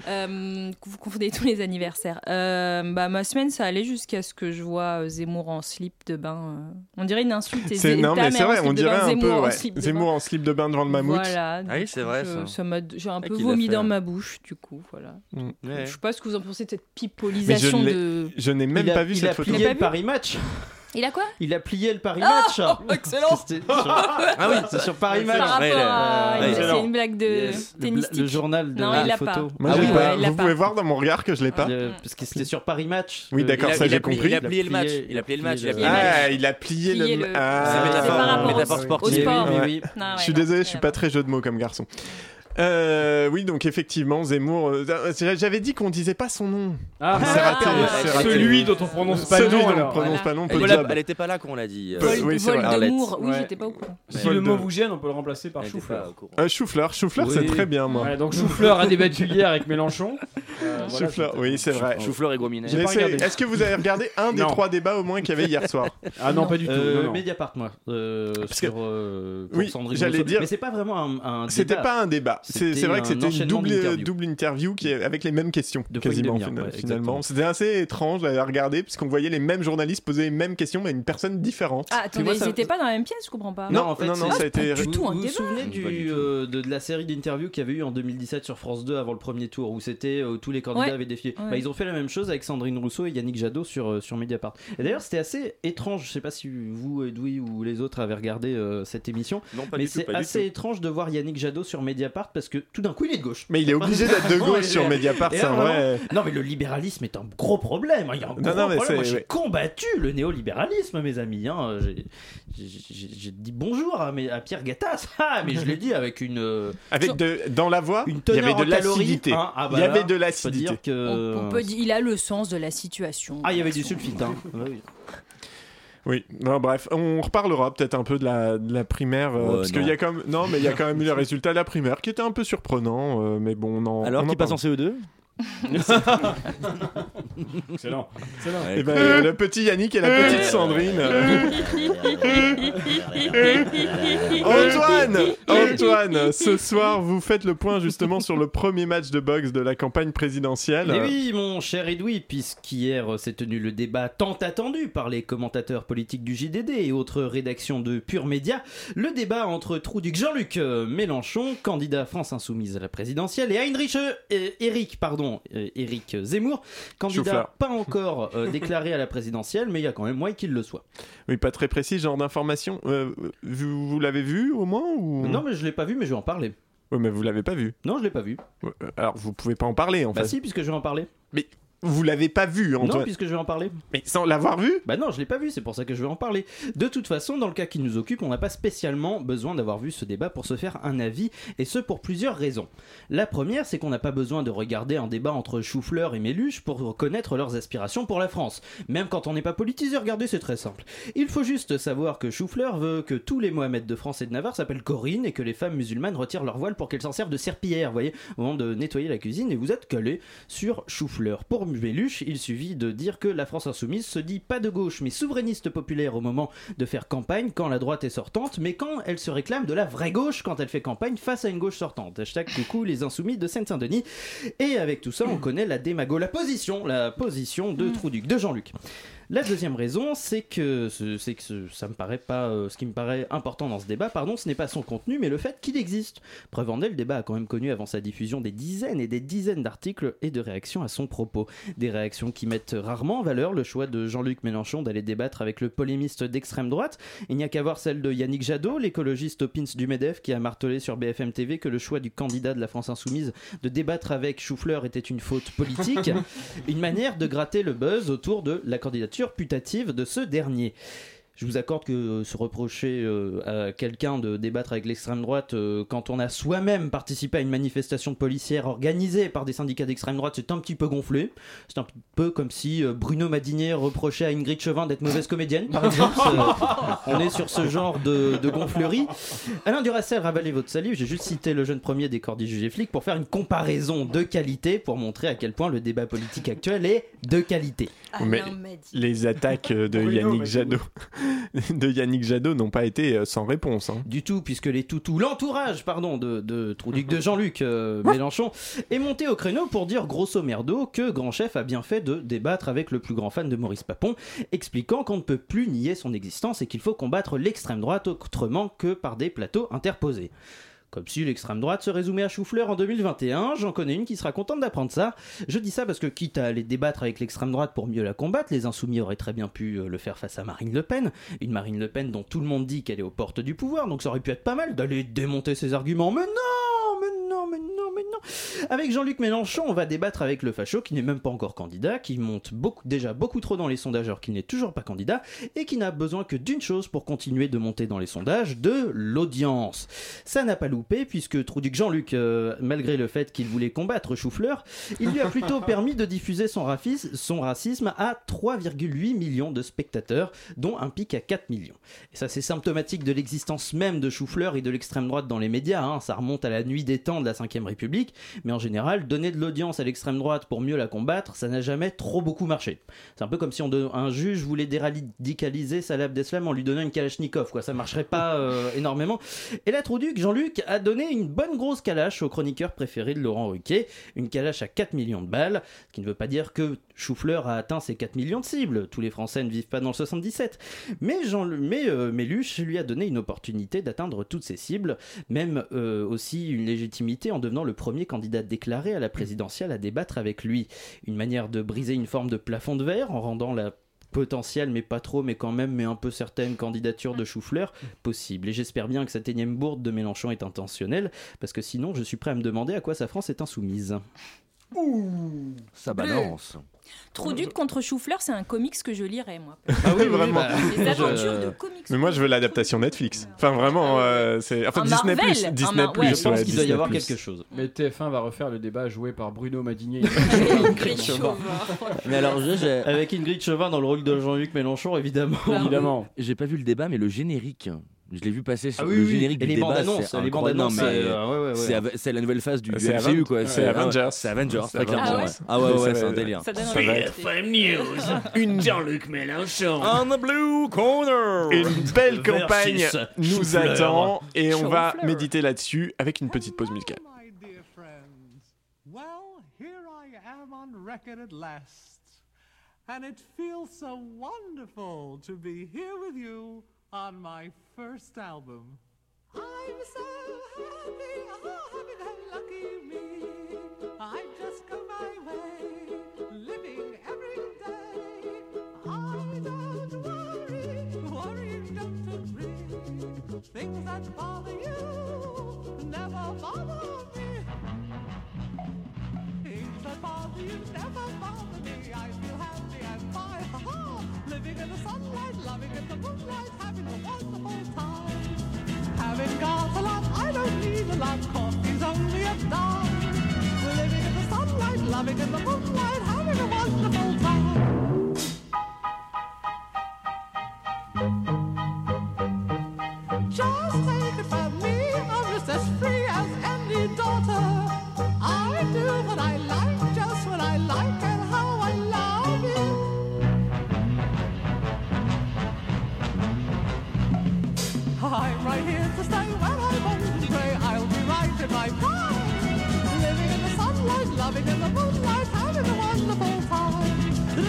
[SPEAKER 3] Euh, vous confondez tous les anniversaires. Euh, bah, ma semaine, ça allait jusqu'à ce que je vois euh, Zemmour en slip de bain. euh. On dirait une insulte. et
[SPEAKER 1] C'est
[SPEAKER 3] Zé-
[SPEAKER 1] non,
[SPEAKER 3] ta
[SPEAKER 1] mais
[SPEAKER 3] mère
[SPEAKER 1] c'est
[SPEAKER 3] en
[SPEAKER 1] vrai,
[SPEAKER 3] slip
[SPEAKER 1] on
[SPEAKER 3] de bain,
[SPEAKER 1] dirait un
[SPEAKER 3] Zemmour
[SPEAKER 1] peu.
[SPEAKER 3] en
[SPEAKER 1] ouais.
[SPEAKER 3] slip de
[SPEAKER 1] Zemmour
[SPEAKER 3] bain.
[SPEAKER 1] en slip de bain devant le mammouth.
[SPEAKER 3] Voilà. euh,
[SPEAKER 11] Ah oui, c'est vrai,
[SPEAKER 3] Je-
[SPEAKER 11] ça.
[SPEAKER 3] m'a- J'ai un
[SPEAKER 11] Ah,
[SPEAKER 3] peu
[SPEAKER 11] qu'il l'a
[SPEAKER 3] vomi
[SPEAKER 11] fait.
[SPEAKER 3] dans ma bouche, du coup. Voilà.
[SPEAKER 11] Ouais.
[SPEAKER 3] Je sais pas ce que vous en pensez de cette pipolisation
[SPEAKER 1] Mm. l'ai-
[SPEAKER 3] de.
[SPEAKER 1] Je n'ai même
[SPEAKER 2] Il a-
[SPEAKER 1] pas vu
[SPEAKER 2] il
[SPEAKER 1] cette
[SPEAKER 2] a
[SPEAKER 1] photo.
[SPEAKER 2] plié
[SPEAKER 3] Il a pas
[SPEAKER 2] le
[SPEAKER 3] vu
[SPEAKER 2] Paris Match.
[SPEAKER 3] Il a quoi
[SPEAKER 2] Il a plié le Ah. Paris Match.
[SPEAKER 3] Ah. Oh, Excellent
[SPEAKER 2] C'était sur-
[SPEAKER 11] Ah oui,
[SPEAKER 2] C'est sur Paris
[SPEAKER 3] Par
[SPEAKER 2] Match.
[SPEAKER 3] rapport
[SPEAKER 11] Ouais, il
[SPEAKER 3] à.
[SPEAKER 11] a- ouais,
[SPEAKER 3] c'est
[SPEAKER 11] excellent.
[SPEAKER 3] une blague de
[SPEAKER 11] Yes.
[SPEAKER 2] Le, bla-
[SPEAKER 3] tennistique.
[SPEAKER 2] le journal de
[SPEAKER 3] Non, il
[SPEAKER 2] la
[SPEAKER 3] l'a
[SPEAKER 2] photo.
[SPEAKER 1] Moi,
[SPEAKER 11] Ah oui,
[SPEAKER 1] j'ai pas-
[SPEAKER 3] ouais, il l'a
[SPEAKER 1] Vous
[SPEAKER 3] pas.
[SPEAKER 1] pouvez voir dans mon regard que je l'ai pas.
[SPEAKER 2] Le- parce que c'était sur Paris Match.
[SPEAKER 1] Oui,
[SPEAKER 2] Le-
[SPEAKER 1] d'accord,
[SPEAKER 2] il a-
[SPEAKER 1] ça,
[SPEAKER 2] il
[SPEAKER 1] j'ai
[SPEAKER 2] a plié-
[SPEAKER 1] compris.
[SPEAKER 11] Il a plié le match. Il a plié le match. Il a plié le match.
[SPEAKER 1] Ah, il a plié
[SPEAKER 3] Plié
[SPEAKER 1] le.
[SPEAKER 3] le-
[SPEAKER 1] Ah.
[SPEAKER 11] C'est
[SPEAKER 3] C'est par rapport au-
[SPEAKER 11] métaphore
[SPEAKER 3] au
[SPEAKER 11] sportive.
[SPEAKER 3] sport.
[SPEAKER 2] Oui, oui,
[SPEAKER 1] Ouais.
[SPEAKER 2] oui, oui.
[SPEAKER 3] Non,
[SPEAKER 1] Je
[SPEAKER 3] ouais,
[SPEAKER 1] suis
[SPEAKER 3] non,
[SPEAKER 1] désolé, je
[SPEAKER 3] rien
[SPEAKER 1] suis
[SPEAKER 3] à
[SPEAKER 1] pas
[SPEAKER 3] voir.
[SPEAKER 1] très jeu de mots comme garçon. Euh, oui, donc effectivement, Zemmour. euh, euh, J'avais dit qu'on disait pas son nom.
[SPEAKER 10] Ah,
[SPEAKER 1] C'est raté,
[SPEAKER 10] ah,
[SPEAKER 1] c'est
[SPEAKER 10] ah,
[SPEAKER 1] raté.
[SPEAKER 10] celui dont on prononce pas le
[SPEAKER 1] Celui
[SPEAKER 10] nom,
[SPEAKER 1] dont on
[SPEAKER 10] alors.
[SPEAKER 1] prononce pas le nom.
[SPEAKER 13] Elle,
[SPEAKER 1] Paul
[SPEAKER 13] était-
[SPEAKER 1] Job.
[SPEAKER 13] elle était pas là quand on l'a dit. euh,
[SPEAKER 1] Paul- oui, c'est vrai.
[SPEAKER 13] Arlette.
[SPEAKER 3] Voldemort, oui,
[SPEAKER 10] Ouais.
[SPEAKER 3] j'étais pas au courant.
[SPEAKER 10] Si
[SPEAKER 13] Voldemort.
[SPEAKER 10] le mot vous gêne, on peut le remplacer par
[SPEAKER 13] Elle était pas
[SPEAKER 10] chou-fleur.
[SPEAKER 13] au courant.
[SPEAKER 1] Euh, Choufleur, Choufleur, c'est
[SPEAKER 10] Oui.
[SPEAKER 1] très bien, moi.
[SPEAKER 10] Ouais, donc chou-fleur a débattu hier avec Mélenchon. Euh, voilà,
[SPEAKER 1] Choufleur,
[SPEAKER 10] c'était-
[SPEAKER 1] oui, c'est vrai.
[SPEAKER 13] Chou-fleur et gros minet.
[SPEAKER 10] J'ai
[SPEAKER 1] Mais
[SPEAKER 10] pas
[SPEAKER 1] c'est-
[SPEAKER 10] regardé.
[SPEAKER 1] Est-ce que vous avez regardé un des
[SPEAKER 10] Non.
[SPEAKER 1] trois débats au moins qu'il y avait hier soir
[SPEAKER 10] Ah non, pas du tout.
[SPEAKER 2] Euh,
[SPEAKER 10] non, non.
[SPEAKER 2] Mediapart, moi. euh,
[SPEAKER 1] Parce
[SPEAKER 2] sur, euh, pour
[SPEAKER 1] oui,
[SPEAKER 2] Sandrine
[SPEAKER 1] j'allais
[SPEAKER 2] Rousseau.
[SPEAKER 1] dire-
[SPEAKER 2] Mais c'est pas vraiment un. un
[SPEAKER 1] C'était
[SPEAKER 2] débat.
[SPEAKER 1] pas un débat. C'est
[SPEAKER 2] C'était
[SPEAKER 1] c'est vrai que
[SPEAKER 2] un
[SPEAKER 1] c'était une
[SPEAKER 2] enchaînement
[SPEAKER 1] double, euh,
[SPEAKER 2] d'interviews.
[SPEAKER 1] double interview qui est avec les mêmes questions,
[SPEAKER 2] Deux fois une
[SPEAKER 1] quasiment
[SPEAKER 2] demi-heure,
[SPEAKER 1] fina-
[SPEAKER 2] ouais,
[SPEAKER 1] finalement.
[SPEAKER 2] exactement.
[SPEAKER 1] C'était assez étrange à regarder puisqu'on voyait les mêmes journalistes poser les mêmes questions mais à une personne différente.
[SPEAKER 3] Ah, attendez,
[SPEAKER 2] vois,
[SPEAKER 3] ils
[SPEAKER 2] ça-
[SPEAKER 3] étaient pas dans la même pièce, je comprends Ah, pas.
[SPEAKER 1] non, non, non,
[SPEAKER 2] c'est-
[SPEAKER 1] ça a été.
[SPEAKER 3] du tout un
[SPEAKER 2] vous vous
[SPEAKER 3] débat.
[SPEAKER 2] souvenez
[SPEAKER 13] Pas
[SPEAKER 2] du,
[SPEAKER 13] du tout.
[SPEAKER 2] euh, de, de la série d'interviews qu'il y avait eu en 2017 sur France 2 avant le premier tour où c'était euh, tous les candidats
[SPEAKER 3] Ouais.
[SPEAKER 2] avaient défié.
[SPEAKER 3] Ouais.
[SPEAKER 2] Bah, ils ont fait la même chose avec Sandrine Rousseau et Yannick Jadot sur, euh, sur Mediapart. Et d'ailleurs, c'était assez étrange. Je sais pas si vous, Edoui ou les autres avez regardé euh, cette émission,
[SPEAKER 13] Non, pas
[SPEAKER 2] mais
[SPEAKER 13] du tout.
[SPEAKER 2] c'est
[SPEAKER 13] pas du
[SPEAKER 2] assez étrange de voir Yannick Jadot sur Mediapart parce que tout d'un coup, il est de gauche.
[SPEAKER 1] Mais il est obligé d'être de
[SPEAKER 2] Vraiment,
[SPEAKER 1] gauche sur
[SPEAKER 2] il est-
[SPEAKER 1] Mediapart,
[SPEAKER 2] Et
[SPEAKER 1] c'est un
[SPEAKER 2] là,
[SPEAKER 1] vrai.
[SPEAKER 2] Non, mais le libéralisme est un gros problème. hein. Il y a un
[SPEAKER 1] Non,
[SPEAKER 2] gros
[SPEAKER 1] non, mais c'est-
[SPEAKER 2] problème. Moi, j'ai
[SPEAKER 1] ouais.
[SPEAKER 2] combattu le néolibéralisme, mes amis. hein. J'ai- j'ai- J'ai j'ai dit bonjour à, mes- à Pierre Gattaz. Ah, mais je l'ai dit avec une, euh,
[SPEAKER 1] Avec de, dans la voix,
[SPEAKER 2] une
[SPEAKER 1] il y
[SPEAKER 2] teneur
[SPEAKER 1] avait de
[SPEAKER 2] en calories.
[SPEAKER 1] l'acidité.
[SPEAKER 2] hein. Ah,
[SPEAKER 1] il
[SPEAKER 2] bah
[SPEAKER 1] y
[SPEAKER 2] là,
[SPEAKER 1] avait de
[SPEAKER 2] je peux dire
[SPEAKER 1] l'acidité.
[SPEAKER 2] que-
[SPEAKER 3] On, on peut dire, il a le sens de la situation.
[SPEAKER 2] Ah, il y avait du sulfite. hein.
[SPEAKER 1] Oui, non, bref, on reparlera peut-être un peu de la, de la primaire. euh,
[SPEAKER 13] Ouais,
[SPEAKER 1] parce
[SPEAKER 13] non.
[SPEAKER 1] qu'il y a quand même. Non, mais il y a quand même eu le résultat de la primaire qui était un peu surprenant. euh, mais bon, on en.
[SPEAKER 13] Alors
[SPEAKER 1] on en
[SPEAKER 13] qui passe en
[SPEAKER 2] E
[SPEAKER 13] CO2
[SPEAKER 10] Excellent. Excellent.
[SPEAKER 13] Ouais.
[SPEAKER 1] Eh ben, euh, le petit Yannick et la petite Sandrine. Antoine Antoine, ce soir, vous faites le point justement sur le premier match de boxe de la campagne présidentielle.
[SPEAKER 2] Et oui, mon cher Edoui, puisqu'hier euh, s'est tenu le débat tant attendu par les commentateurs politiques du JDD et autres rédactions de Pure Média, le débat entre Trouduc Jean-Luc euh, Mélenchon, candidat France Insoumise à la présidentielle, et Heinrich euh, euh, Eric, pardon, euh, Eric Zemmour, candidat
[SPEAKER 1] Chou-fleur.
[SPEAKER 2] pas encore euh, déclaré à la présidentielle, mais il y a quand même moyen qu'il le soit.
[SPEAKER 1] Oui, pas très précis, genre d'information. Euh, vous vous l'avez vu au moins ou...
[SPEAKER 2] Non, mais je l'ai pas vu, mais je vais en parler.
[SPEAKER 1] Oui, mais vous l'avez pas vu.
[SPEAKER 2] Non, je l'ai pas vu.
[SPEAKER 1] Ouais, euh, Alors, vous pouvez pas en parler en
[SPEAKER 2] Bah
[SPEAKER 1] fait.
[SPEAKER 2] si, puisque je vais en parler.
[SPEAKER 1] Vous l'avez pas vu,
[SPEAKER 2] Non,
[SPEAKER 1] Antoine.
[SPEAKER 2] puisque je vais en parler.
[SPEAKER 1] Mais sans l'avoir vu
[SPEAKER 2] Bah non, je l'ai pas vu, c'est pour ça que je vais en parler. De toute façon, dans le cas qui nous occupe, on n'a pas spécialement besoin d'avoir vu ce débat pour se faire un avis, et ce pour plusieurs raisons. La première, c'est qu'on n'a pas besoin de regarder un débat entre Choufleur et Méluche pour connaître leurs aspirations pour la France. Même quand on n'est pas politisé, regardez, c'est très simple. Il faut juste savoir que Choufleur veut que tous les Mohamed de France et de Navarre s'appellent Corinne et que les femmes musulmanes retirent leur voile pour qu'elles s'en servent de serpillière, vous voyez, au moment de nettoyer la cuisine, et vous êtes calé sur Choufleur. Pour Méluche, il suffit de dire que la France insoumise se dit pas de gauche mais souverainiste populaire au moment de faire campagne quand la droite est sortante, mais quand elle se réclame de la vraie gauche quand elle fait campagne face à une gauche sortante. Hashtag coucou les insoumis de Seine-Saint-Denis. Et avec tout ça, on connaît la démago, la position, la position de Trouduc, de Jean-Luc. La deuxième raison, c'est que, ce- c'est que ce- ça me paraît pas, euh, ce qui me paraît important dans ce débat, pardon, ce n'est pas son contenu, mais le fait qu'il existe. Preuve en est, le débat a quand même connu avant sa diffusion des dizaines et des dizaines d'articles et de réactions à son propos. Des réactions qui mettent rarement en valeur le choix de Jean-Luc Mélenchon d'aller débattre avec le polémiste d'extrême droite. Il n'y a qu'à voir celle de Yannick Jadot, l'écologiste au Pins du MEDEF, qui a martelé sur BFM TV que le choix du candidat de la France Insoumise de débattre avec Choufleur était une faute politique, une manière de gratter le buzz autour de la candidature putative de ce dernier. Je vous accorde que euh, se reprocher euh, à quelqu'un de débattre avec l'extrême droite euh, quand on a soi-même participé à une manifestation policière organisée par des syndicats d'extrême droite, c'est un petit peu gonflé. C'est un peu comme si euh, Bruno Madinier reprochait à Ingrid Chevin d'être mauvaise comédienne, par exemple. C'est- on est sur ce genre de, de gonflerie. Alain Duracell, ravalez votre salive. J'ai juste cité le jeune premier des corps du juge et flic pour faire une comparaison de qualité pour montrer à quel point le débat politique actuel est de qualité.
[SPEAKER 3] Alain
[SPEAKER 1] mais-
[SPEAKER 3] m'a dit.
[SPEAKER 1] Les attaques euh, de
[SPEAKER 10] Oui, non,
[SPEAKER 1] Yannick
[SPEAKER 10] mais-
[SPEAKER 1] Jadot, de Yannick Jadot n'ont pas été euh, sans réponse. hein.
[SPEAKER 2] du tout, puisque les toutous, l'entourage, pardon, de, de Trouduc de Jean-Luc euh, Mélenchon, est monté au créneau pour dire grosso merdo que Grand Chef a bien fait de débattre avec le plus grand fan de Maurice Papon, expliquant qu'on ne peut plus nier son existence et qu'il faut combattre l'extrême droite autrement que par des plateaux interposés. Comme si l'extrême droite se résumait à chou-fleur en 2021, j'en connais une qui sera contente d'apprendre ça. Je dis ça parce que quitte à aller débattre avec l'extrême droite pour mieux la combattre, les insoumis auraient très bien pu euh, le faire face à Marine Le Pen, une Marine Le Pen dont tout le monde dit qu'elle est aux portes du pouvoir, donc ça aurait pu être pas mal d'aller démonter ses arguments. Mais non, mais non, mais non, mais non. Avec Jean-Luc Mélenchon, on va débattre avec le facho qui n'est même pas encore candidat, qui monte beaucoup, déjà beaucoup trop dans les sondages alors qu'il n'est toujours pas candidat, et qui n'a besoin que d'une chose pour continuer de monter dans les sondages, de l'audience. Ça n'a pas loupé, puisque Trouduc Jean-Luc, euh, malgré le fait qu'il voulait combattre Choufleur, il lui a plutôt permis de diffuser son, rafis- son racisme à 3,8 millions de spectateurs, dont un pic à 4 millions. Et ça, c'est symptomatique de l'existence même de Choufleur et de l'extrême droite dans les médias. hein. Ça remonte à la nuit des temps de la 5ème République. Mais en général, donner de l'audience à l'extrême droite pour mieux la combattre, ça n'a jamais trop beaucoup marché. C'est un peu comme si on don- un juge voulait déradicaliser Salah Abdeslam en lui donnant une Kalachnikov. Quoi. Ça marcherait pas euh, énormément. Et là, Trouduc, Jean-Luc a donné une bonne grosse calache au chroniqueur préféré de Laurent Ruquier. Une calache à 4 millions de balles, ce qui ne veut pas dire que Choufleur a atteint ses 4 millions de cibles. Tous les Français ne vivent pas dans le 77. Mais, Jean, mais euh, Méluche lui a donné une opportunité d'atteindre toutes ses cibles, même euh, aussi une légitimité en devenant le premier candidat déclaré à la présidentielle à débattre avec lui. Une manière de briser une forme de plafond de verre en rendant la potentielle, mais pas trop, mais quand même, mais un peu certaine candidature de Choufleur possible. Et j'espère bien que cette énième bourde de Mélenchon est intentionnelle, parce que sinon, je suis prêt à me demander à quoi sa France est insoumise. Ça
[SPEAKER 14] balance.
[SPEAKER 3] Trouduc contre Choufleur, c'est un comics que je lirais, moi.
[SPEAKER 1] Ah oui, vraiment.
[SPEAKER 3] Les aventures de comics. Ah
[SPEAKER 1] Mais moi, je veux l'adaptation Netflix. Enfin, vraiment, euh, c'est. Enfin,
[SPEAKER 3] Un
[SPEAKER 1] Disney
[SPEAKER 3] Marvel,
[SPEAKER 1] Plus.
[SPEAKER 3] un
[SPEAKER 1] Disney
[SPEAKER 3] Mar-
[SPEAKER 1] Plus.
[SPEAKER 3] ouais.
[SPEAKER 10] Je pense
[SPEAKER 1] ouais,
[SPEAKER 10] qu'il doit y
[SPEAKER 1] Disney+.
[SPEAKER 10] avoir quelque chose. Mais TF1 va refaire le débat joué par Bruno Madinier.
[SPEAKER 2] Mais alors, Avec Ingrid Chauvin dans le rôle de Jean-Luc Mélenchon, évidemment.
[SPEAKER 10] Évidemment.
[SPEAKER 14] J'ai pas vu le débat, mais le générique. Je l'ai vu passer sur
[SPEAKER 2] Ah oui,
[SPEAKER 14] le
[SPEAKER 2] oui.
[SPEAKER 14] générique
[SPEAKER 2] Et
[SPEAKER 14] du
[SPEAKER 2] les
[SPEAKER 14] débat.
[SPEAKER 2] bandes annonces,
[SPEAKER 14] c'est
[SPEAKER 2] les bandes
[SPEAKER 14] incroyable. Non,
[SPEAKER 2] annonces,
[SPEAKER 14] mais
[SPEAKER 2] euh, ouais, ouais, ouais.
[SPEAKER 14] c'est av- C'est la nouvelle phase du du
[SPEAKER 1] C'est
[SPEAKER 14] MCU,
[SPEAKER 1] Avengers.
[SPEAKER 14] quoi. ouais,
[SPEAKER 1] C'est
[SPEAKER 14] ouais.
[SPEAKER 1] Avengers.
[SPEAKER 14] C'est Avengers,
[SPEAKER 1] C'est
[SPEAKER 14] très clairement.
[SPEAKER 1] Avengers.
[SPEAKER 14] ouais. Ah ouais,
[SPEAKER 1] Ça
[SPEAKER 14] ouais,
[SPEAKER 1] va-
[SPEAKER 14] c'est un délire.
[SPEAKER 1] ça donne envie. Ça va être-
[SPEAKER 13] BFM News. Une Jean-Luc Mélenchon.
[SPEAKER 14] On the blue corner.
[SPEAKER 1] Une belle
[SPEAKER 13] Versus
[SPEAKER 1] campagne nous
[SPEAKER 13] Choufleur.
[SPEAKER 1] attend et on va
[SPEAKER 13] Choufleur.
[SPEAKER 1] méditer là-dessus avec une petite pause musicale.
[SPEAKER 15] Well, here I am on record at last, and it feels so wonderful to be here with you on my first album. I'm so happy, oh, happy that lucky me. I just go my way, living every day. I don't worry, worrying don't agree. Things that bother you never bother me. Things that bother you never bother me. I feel happy and fine. Ha ha! Living in the sunlight, loving in the moonlight, having a wonderful time. Having got a lot, I don't need a lot. Coffee's only a dime. Living in the sunlight, loving in the moonlight, having a wonderful time. Just take it from me, I'm just as free as any daughter. I do what I like, just what I like, and how I love it. I'm right here to stay when I'm old and grey. I'll be right in my prime. Living in the sunlight, loving in the moonlight, having a wonderful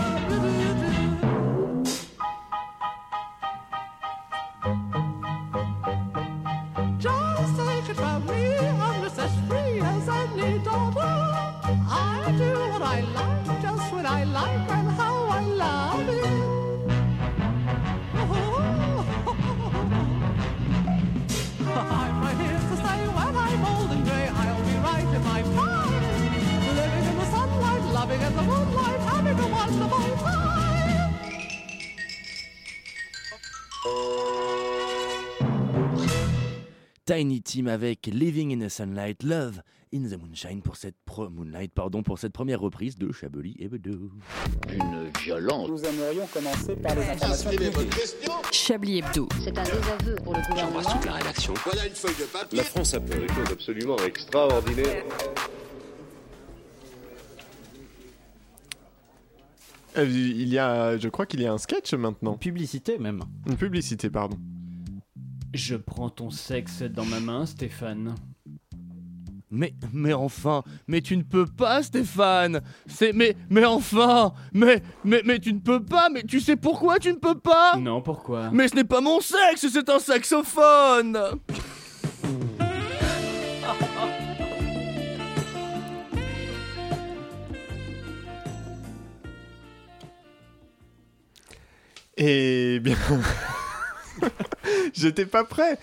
[SPEAKER 15] time. Just take it from me, I'm just as free as any daughter. I do what I like, just what I like, and how I love it. I'm right here to say when I'm old and grey, I'll be right in my prime. Living in the sunlight, loving in the moonlight, having a wonderful time.
[SPEAKER 14] Tiny Team avec Living in the Sunlight, Love in the Moonshine pour cette pro- Moonlight, pardon, pour cette première reprise de Chablis et Hebdo. Une violente.
[SPEAKER 7] Nous aimerions commencer par les informations publiques.
[SPEAKER 9] Chablis Hebdo.
[SPEAKER 8] C'est un désaveu pour le gouvernement.
[SPEAKER 4] la rédaction. Voilà une feuille de papier.
[SPEAKER 5] La France a fait des choses absolument
[SPEAKER 4] extraordinaire.
[SPEAKER 1] Euh, Il y a, je crois qu'il y a un sketch maintenant. Une
[SPEAKER 2] publicité même.
[SPEAKER 1] Une publicité, pardon.
[SPEAKER 10] Je prends ton sexe dans ma main, Stéphane.
[SPEAKER 14] Mais, mais enfin, mais tu ne peux pas, Stéphane C'est, mais, mais enfin Mais, mais, mais tu ne peux pas Mais tu sais pourquoi tu ne peux pas
[SPEAKER 10] Non, pourquoi
[SPEAKER 14] Mais ce n'est pas mon sexe, c'est un saxophone
[SPEAKER 1] Eh bien. J'étais pas prêt.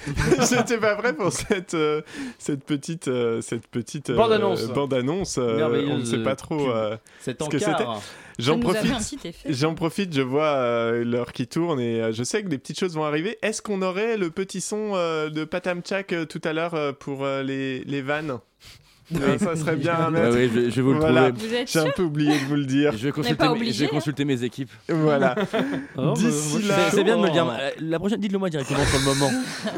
[SPEAKER 1] J'étais pas prêt pour cette euh, cette petite euh, cette petite euh,
[SPEAKER 10] Bande-annonce.
[SPEAKER 1] bande-annonce, euh,
[SPEAKER 10] Merveilleuse
[SPEAKER 1] on ne sait pas trop
[SPEAKER 10] pub.
[SPEAKER 1] euh,
[SPEAKER 10] Cet
[SPEAKER 1] ce que
[SPEAKER 10] encart.
[SPEAKER 1] c'était.
[SPEAKER 3] Ça
[SPEAKER 1] J'en
[SPEAKER 3] nous a fait un
[SPEAKER 1] profite.
[SPEAKER 3] petit effet.
[SPEAKER 1] J'en profite. Je vois euh, l'heure qui tourne et euh, je sais que des petites choses vont arriver. Est-ce qu'on aurait le petit son euh, de Patam Tchak euh, tout à l'heure euh, pour euh, les les vannes Euh, Ça serait bien. à mettre.
[SPEAKER 16] Ah oui, je, je vais vous le
[SPEAKER 1] Voilà.
[SPEAKER 16] trouver.
[SPEAKER 1] J'ai un peu oublié de vous le dire.
[SPEAKER 16] Je vais
[SPEAKER 1] On n'est
[SPEAKER 16] consulter,
[SPEAKER 1] pas
[SPEAKER 16] mes, je vais
[SPEAKER 1] obligé, hein.
[SPEAKER 16] consulter mes équipes.
[SPEAKER 1] Voilà.
[SPEAKER 16] Ah bah, D'ici
[SPEAKER 1] là- Oh.
[SPEAKER 16] C'est bien de me le dire. euh, La prochaine, dites-le moi directement sur le moment.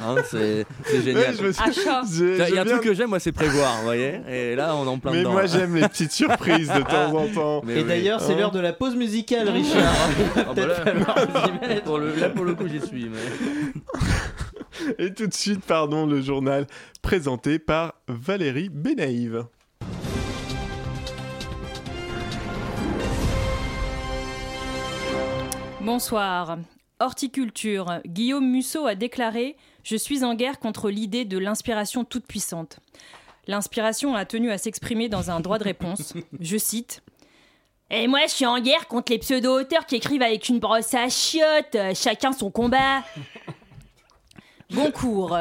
[SPEAKER 16] Hein, c'est c'est génial. Ah.
[SPEAKER 1] Ouais, je me
[SPEAKER 13] Ah,
[SPEAKER 1] suis- Achat.
[SPEAKER 16] Il
[SPEAKER 1] j'ai-
[SPEAKER 16] y a
[SPEAKER 1] j'ai
[SPEAKER 16] un
[SPEAKER 1] bien-
[SPEAKER 16] truc que j'aime, moi, c'est prévoir, vous voyez. Et là, on est en plein
[SPEAKER 1] Mais
[SPEAKER 16] dedans.
[SPEAKER 1] moi, j'aime les petites surprises de temps en temps.
[SPEAKER 16] Mais
[SPEAKER 2] Et
[SPEAKER 16] oui.
[SPEAKER 2] d'ailleurs, c'est
[SPEAKER 16] Hein
[SPEAKER 2] l'heure de la pause musicale, Richard.
[SPEAKER 16] Ah, bah là- pour le- là, pour le coup, j'y suis.
[SPEAKER 1] Et tout de suite, pardon, le journal présenté par Valérie Benaïve.
[SPEAKER 3] Bonsoir. Horticulture. Guillaume Musso a déclaré Je suis en guerre contre l'idée de l'inspiration toute puissante. L'inspiration a tenu à s'exprimer dans un droit de réponse. Je cite Et moi, je suis en guerre contre les pseudo-auteurs qui écrivent avec une brosse à chiottes, euh, chacun son combat. Goncourt.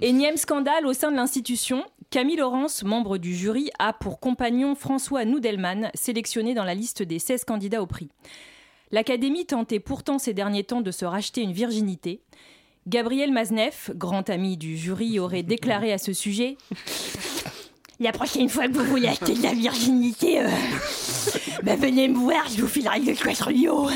[SPEAKER 3] Énième scandale au sein de l'institution. Camille Laurence, membre du jury, a pour compagnon François Noudelman, sélectionné dans la liste des 16 candidats au prix. L'Académie tentait pourtant ces derniers temps de se racheter une virginité. Gabriel Mazneff, grand ami du jury, aurait déclaré à ce sujet La prochaine fois que vous voulez acheter de la virginité, euh, bah, venez me voir, je vous filerai le quadrillo.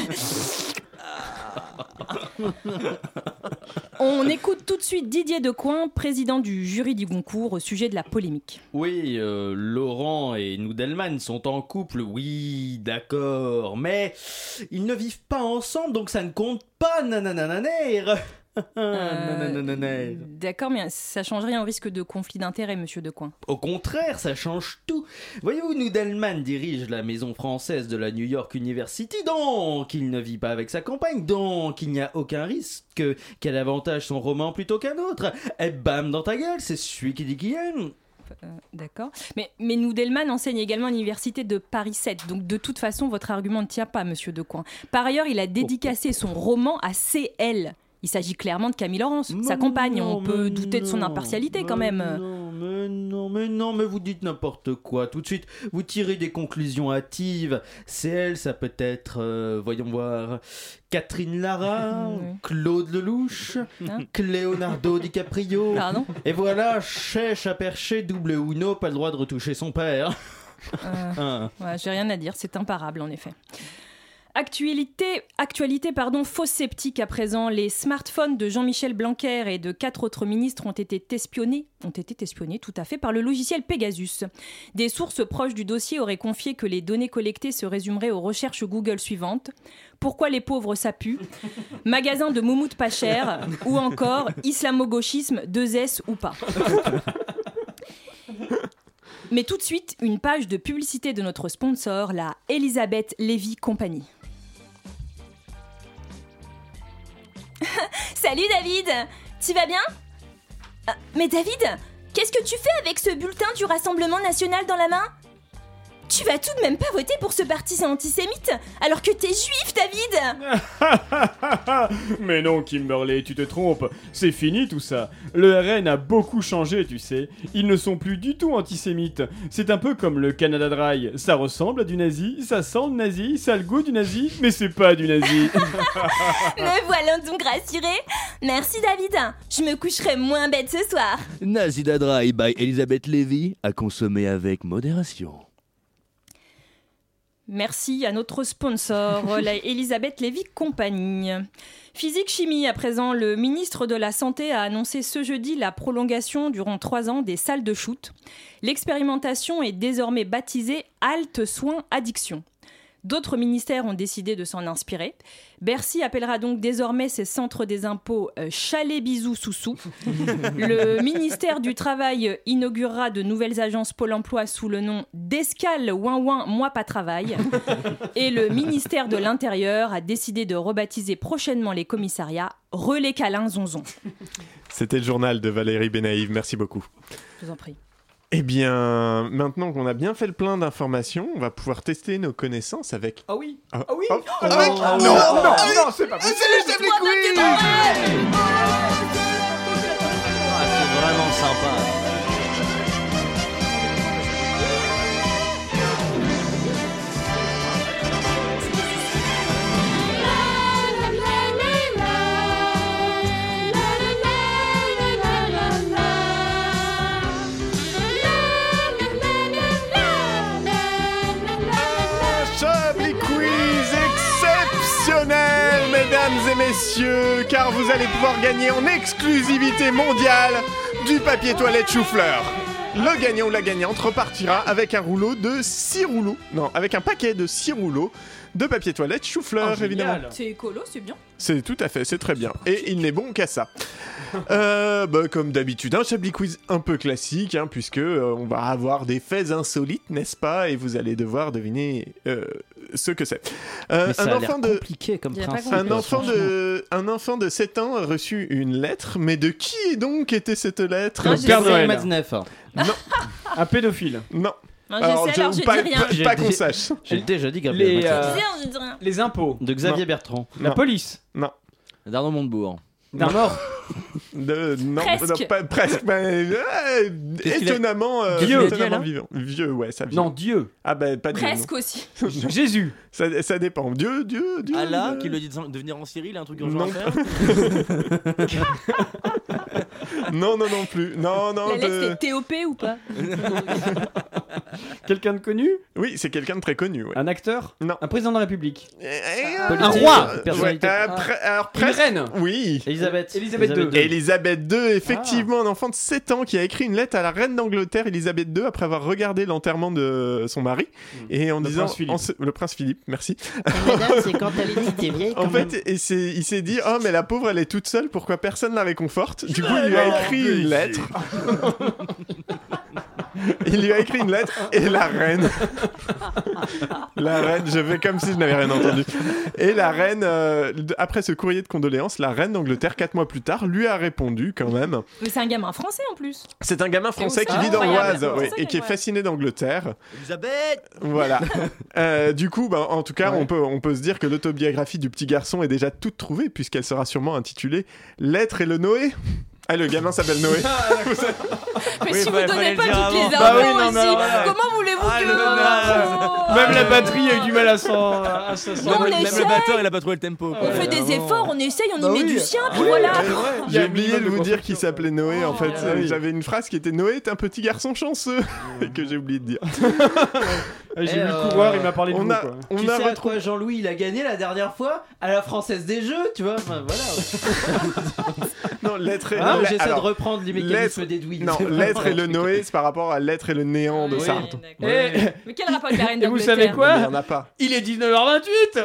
[SPEAKER 3] On écoute tout de suite Didier Decoing, président du jury du Goncourt, au sujet de la polémique.
[SPEAKER 2] Oui, euh, Laurent et Noudelman sont en couple, oui, d'accord, mais ils ne vivent pas ensemble, donc ça ne compte pas, nananananer Nananananer.
[SPEAKER 3] D'accord, mais ça change rien au risque de conflit d'intérêts, monsieur Decoing.
[SPEAKER 2] Au contraire, ça change tout. Voyez-vous, Nudelman dirige la maison française de la New York University, donc il ne vit pas avec sa compagne, donc il n'y a aucun risque qu'elle avantage son roman plutôt qu'un autre. Et bam dans ta gueule, c'est celui qui dit qu'il aime.
[SPEAKER 3] Euh, D'accord. Mais, mais Noudelman enseigne également à l'université de Paris 7. Donc de toute façon, votre argument ne tient pas, monsieur Decoing. Par ailleurs, il a dédicacé
[SPEAKER 2] Oh.
[SPEAKER 3] son roman à CL. Il s'agit clairement de Camille Laurence, sa compagne.
[SPEAKER 2] non,
[SPEAKER 3] On peut
[SPEAKER 2] mais
[SPEAKER 3] douter de son
[SPEAKER 2] non,
[SPEAKER 3] impartialité quand
[SPEAKER 2] mais
[SPEAKER 3] même.
[SPEAKER 2] Non, mais non, mais non, mais vous dites n'importe quoi. Tout de suite, vous tirez des conclusions hâtives. C'est elle, ça peut être, euh, voyons voir, Catherine Lara, Claude Lelouch, Cléonardo DiCaprio.
[SPEAKER 3] Pardon
[SPEAKER 2] Et voilà, chèche à percher, double uno, pas le droit de retoucher son père.
[SPEAKER 3] Euh,
[SPEAKER 2] Hein.
[SPEAKER 3] Ouais, J'ai rien à dire, c'est imparable en effet. Actualité, actualité pardon, fausse sceptique à présent. Les smartphones de Jean-Michel Blanquer et de quatre autres ministres ont été espionnés, ont été espionnés tout à fait par le logiciel Pegasus. Des sources proches du dossier auraient confié que les données collectées se résumeraient aux recherches Google suivantes pourquoi les pauvres s'appuient, magasin de moumoutes pas cher, ou encore islamo-gauchisme, deux S ou pas. Mais tout de suite, une page de publicité de notre sponsor, la Elisabeth Lévy Company. Salut David Tu vas bien Ah, Mais David, qu'est-ce que tu fais avec ce bulletin du Rassemblement National dans la main Tu vas tout de même pas voter pour ce parti antisémite alors que t'es juif, David
[SPEAKER 10] Mais non, Kimberley, tu te trompes. C'est fini tout ça. Le RN a beaucoup changé, tu sais. Ils ne sont plus du tout antisémites. C'est un peu comme le Canada Dry. Ça ressemble à du nazi, ça sent le nazi, ça a le goût du nazi, mais c'est pas du nazi.
[SPEAKER 3] Me voilà donc rassurée Merci David, je me coucherai moins bête ce soir
[SPEAKER 16] Nazida Dry by Elisabeth Lévy à consommer avec modération.
[SPEAKER 3] Merci à notre sponsor, la Elisabeth Lévy Compagnie. Physique chimie, à présent, le ministre de la Santé a annoncé ce jeudi la prolongation durant trois ans des salles de shoot. L'expérimentation est désormais baptisée Halte Soins Addiction. D'autres ministères ont décidé de s'en inspirer. Bercy appellera donc désormais ses centres des impôts euh, Chalet Bisous Soussou. Le ministère du Travail inaugurera de nouvelles agences Pôle emploi sous le nom d'Escale Ouin Ouin Moi Pas Travail. Et le ministère de l'Intérieur a décidé de rebaptiser prochainement les commissariats Relais Câlin Zonzon.
[SPEAKER 1] C'était le journal de Valérie Benaïve. Merci beaucoup.
[SPEAKER 3] Je vous en prie.
[SPEAKER 1] Eh bien, maintenant qu'on a bien fait le plein d'informations, on va pouvoir tester nos connaissances avec.
[SPEAKER 10] Ah oui
[SPEAKER 1] Ah
[SPEAKER 10] oui
[SPEAKER 1] Avec
[SPEAKER 13] Oh,
[SPEAKER 15] Oh,
[SPEAKER 10] Ah
[SPEAKER 1] Non,
[SPEAKER 10] oui.
[SPEAKER 1] non,
[SPEAKER 10] Ah oui.
[SPEAKER 1] non, c'est pas possible
[SPEAKER 2] Ah,
[SPEAKER 13] C'est vraiment sympa.
[SPEAKER 1] Chablis Quiz exceptionnel, mesdames et messieurs, car vous allez pouvoir gagner en exclusivité mondiale du papier toilette chou-fleur. Le gagnant ou la gagnante repartira avec un rouleau de 6 rouleaux, non, avec un paquet de 6 rouleaux de papier toilette
[SPEAKER 3] Oh,
[SPEAKER 1] chou-fleur, Ah, évidemment.
[SPEAKER 3] C'est écolo, c'est bien.
[SPEAKER 1] C'est tout à fait, c'est très bien. Et il n'est bon qu'à ça. Euh, bah, comme d'habitude, un Chablis Quiz un peu classique, hein, puisque euh, on va avoir des faits insolites, n'est-ce pas Et vous allez devoir deviner euh, ce que c'est. Euh,
[SPEAKER 2] Mais ça
[SPEAKER 1] un
[SPEAKER 2] a l'air
[SPEAKER 1] enfant de
[SPEAKER 2] compliqué comme Il a pas principe,
[SPEAKER 1] un
[SPEAKER 2] euh,
[SPEAKER 1] enfant de un enfant de 7 ans a reçu une lettre, mais de qui donc était cette lettre
[SPEAKER 2] Le Père Noël. Mazneff.
[SPEAKER 1] Non.
[SPEAKER 10] Un pédophile.
[SPEAKER 1] Non.
[SPEAKER 3] Non, je sais, alors je
[SPEAKER 1] pas,
[SPEAKER 3] dis rien.
[SPEAKER 1] pas-
[SPEAKER 3] J'ai
[SPEAKER 1] pas
[SPEAKER 3] dit-
[SPEAKER 1] qu'on sache.
[SPEAKER 2] J'ai déjà dit Gabriel
[SPEAKER 10] Les,
[SPEAKER 2] Matzneff.
[SPEAKER 10] euh,
[SPEAKER 3] Je dis rien, je dis rien.
[SPEAKER 10] les impôts.
[SPEAKER 2] De Xavier
[SPEAKER 1] Non.
[SPEAKER 2] Bertrand.
[SPEAKER 1] Non.
[SPEAKER 10] La police.
[SPEAKER 1] Non.
[SPEAKER 2] D'Arnaud Montebourg.
[SPEAKER 10] D'un
[SPEAKER 1] Non.
[SPEAKER 10] mort.
[SPEAKER 1] De, non,
[SPEAKER 13] Presque.
[SPEAKER 1] non, pas- presque. mais, euh,
[SPEAKER 10] Qu'est-ce qu'il a-
[SPEAKER 1] étonnamment, euh,
[SPEAKER 10] Qu'est-ce qu'il a dit,
[SPEAKER 1] étonnamment
[SPEAKER 10] Alain
[SPEAKER 1] vivant. Vieux, ouais, ça vient.
[SPEAKER 10] Non, Dieu.
[SPEAKER 1] Ah ben pas Dieu.
[SPEAKER 3] Presque aussi.
[SPEAKER 1] non.
[SPEAKER 10] Jésus.
[SPEAKER 1] Ça, ça dépend. Dieu, Dieu, Dieu.
[SPEAKER 13] Allah,
[SPEAKER 1] Dieu.
[SPEAKER 13] qui lui dit de venir en Syrie, il a un truc urgent
[SPEAKER 1] non.
[SPEAKER 13] à faire.
[SPEAKER 1] non, non, non plus. Non, non.
[SPEAKER 3] La lettre
[SPEAKER 1] de-
[SPEAKER 3] c'est TOP ou pas
[SPEAKER 10] Quelqu'un de connu
[SPEAKER 1] Oui, c'est quelqu'un de très connu. ouais.
[SPEAKER 10] Un acteur
[SPEAKER 1] Non.
[SPEAKER 10] Un président de la République
[SPEAKER 1] Politique.
[SPEAKER 10] Un roi
[SPEAKER 1] Euh,
[SPEAKER 10] Personnalité.
[SPEAKER 1] ouais, euh, pre- alors,
[SPEAKER 10] Une
[SPEAKER 1] presque-
[SPEAKER 10] reine
[SPEAKER 1] Oui.
[SPEAKER 2] Elisabeth.
[SPEAKER 10] Elisabeth II.
[SPEAKER 1] Elisabeth II,
[SPEAKER 10] Ah.
[SPEAKER 1] effectivement, un enfant de 7 ans qui a écrit une lettre à la reine d'Angleterre, Elisabeth II, après avoir regardé l'enterrement de son mari. Et en
[SPEAKER 10] Hmm. Le
[SPEAKER 1] disant.
[SPEAKER 10] prince Philippe.
[SPEAKER 1] en se- le prince Philippe, merci.
[SPEAKER 2] Madame, c'est quand elle est dit, t'es vieille
[SPEAKER 1] En fait, et c'est- il s'est dit Oh, mais la pauvre, elle est toute seule, pourquoi personne la réconforte Du coup, il lui
[SPEAKER 13] Oh,
[SPEAKER 1] a écrit
[SPEAKER 13] déçu.
[SPEAKER 1] une lettre. Il lui a écrit une lettre et la reine. La reine, je fais comme si je n'avais rien entendu. Et la reine, euh, d- après ce courrier de condoléances, la reine d'Angleterre, quatre mois plus tard, lui a répondu quand même.
[SPEAKER 3] Mais c'est un gamin français en plus.
[SPEAKER 1] C'est un gamin français
[SPEAKER 3] Et
[SPEAKER 1] qui
[SPEAKER 3] où ça
[SPEAKER 1] vit dans
[SPEAKER 3] Incroyable.
[SPEAKER 1] l'Oise
[SPEAKER 3] C'est
[SPEAKER 1] oui,
[SPEAKER 3] ça
[SPEAKER 1] et qui est
[SPEAKER 3] qu'elle-
[SPEAKER 1] fasciné d'Angleterre.
[SPEAKER 13] Elisabeth
[SPEAKER 1] Voilà. Euh, du coup, bah, en tout cas, on, peut, on peut se dire que l'autobiographie du petit garçon est déjà toute trouvée, puisqu'elle sera sûrement intitulée L'être et le Noé. Ah, le gamin s'appelle Noé.
[SPEAKER 3] Mais
[SPEAKER 13] Oui,
[SPEAKER 3] si
[SPEAKER 13] bah,
[SPEAKER 3] vous
[SPEAKER 13] fallait
[SPEAKER 3] donnez
[SPEAKER 13] le
[SPEAKER 3] pas toutes
[SPEAKER 13] dire avant.
[SPEAKER 3] les infos
[SPEAKER 13] Bah oui, non, mais
[SPEAKER 3] aussi,
[SPEAKER 13] alors là-
[SPEAKER 3] comment voulez-vous
[SPEAKER 13] Ah,
[SPEAKER 3] que.
[SPEAKER 13] le naze.
[SPEAKER 3] Oh.
[SPEAKER 10] Même la batterie a eu du mal à s'en. à se
[SPEAKER 3] Non, on
[SPEAKER 13] même, même
[SPEAKER 3] essaye.
[SPEAKER 13] le batteur, il a pas trouvé le tempo.
[SPEAKER 3] On fait des efforts, on essaye, on y met du sien, puis
[SPEAKER 10] Oui.
[SPEAKER 3] voilà.
[SPEAKER 1] J'ai oublié de vous dire qu'il s'appelait Noé en fait.
[SPEAKER 10] Ah oui.
[SPEAKER 1] J'avais une phrase qui était Noé est un petit garçon chanceux et que j'ai oublié de dire.
[SPEAKER 10] Ah, J'ai
[SPEAKER 2] Eh,
[SPEAKER 10] vu le
[SPEAKER 2] euh,
[SPEAKER 10] couloir, il m'a parlé de
[SPEAKER 1] On
[SPEAKER 10] vous.
[SPEAKER 1] a,
[SPEAKER 10] quoi.
[SPEAKER 1] on
[SPEAKER 2] tu
[SPEAKER 1] a
[SPEAKER 2] sais à
[SPEAKER 1] retrouvé.
[SPEAKER 2] quoi Jean-Louis il a gagné la dernière fois à la française des jeux, tu vois Enfin, voilà.
[SPEAKER 1] Non, l'être et
[SPEAKER 10] Ah,
[SPEAKER 2] Hein,
[SPEAKER 1] le-
[SPEAKER 2] J'essaie de
[SPEAKER 1] alors,
[SPEAKER 2] reprendre les mécanismes
[SPEAKER 1] l'être-
[SPEAKER 2] d'Edwin.
[SPEAKER 1] Non, l'être et le Noé, c'est par rapport à l'être et le néant de
[SPEAKER 3] Oui,
[SPEAKER 1] Sartre.
[SPEAKER 3] d'accord. Euh, Mais quel rapport avec la reine
[SPEAKER 10] Et vous
[SPEAKER 3] d'Angleterre
[SPEAKER 10] savez
[SPEAKER 1] Mais Il n'y
[SPEAKER 10] quoi
[SPEAKER 1] en a pas.
[SPEAKER 10] Il est 19h28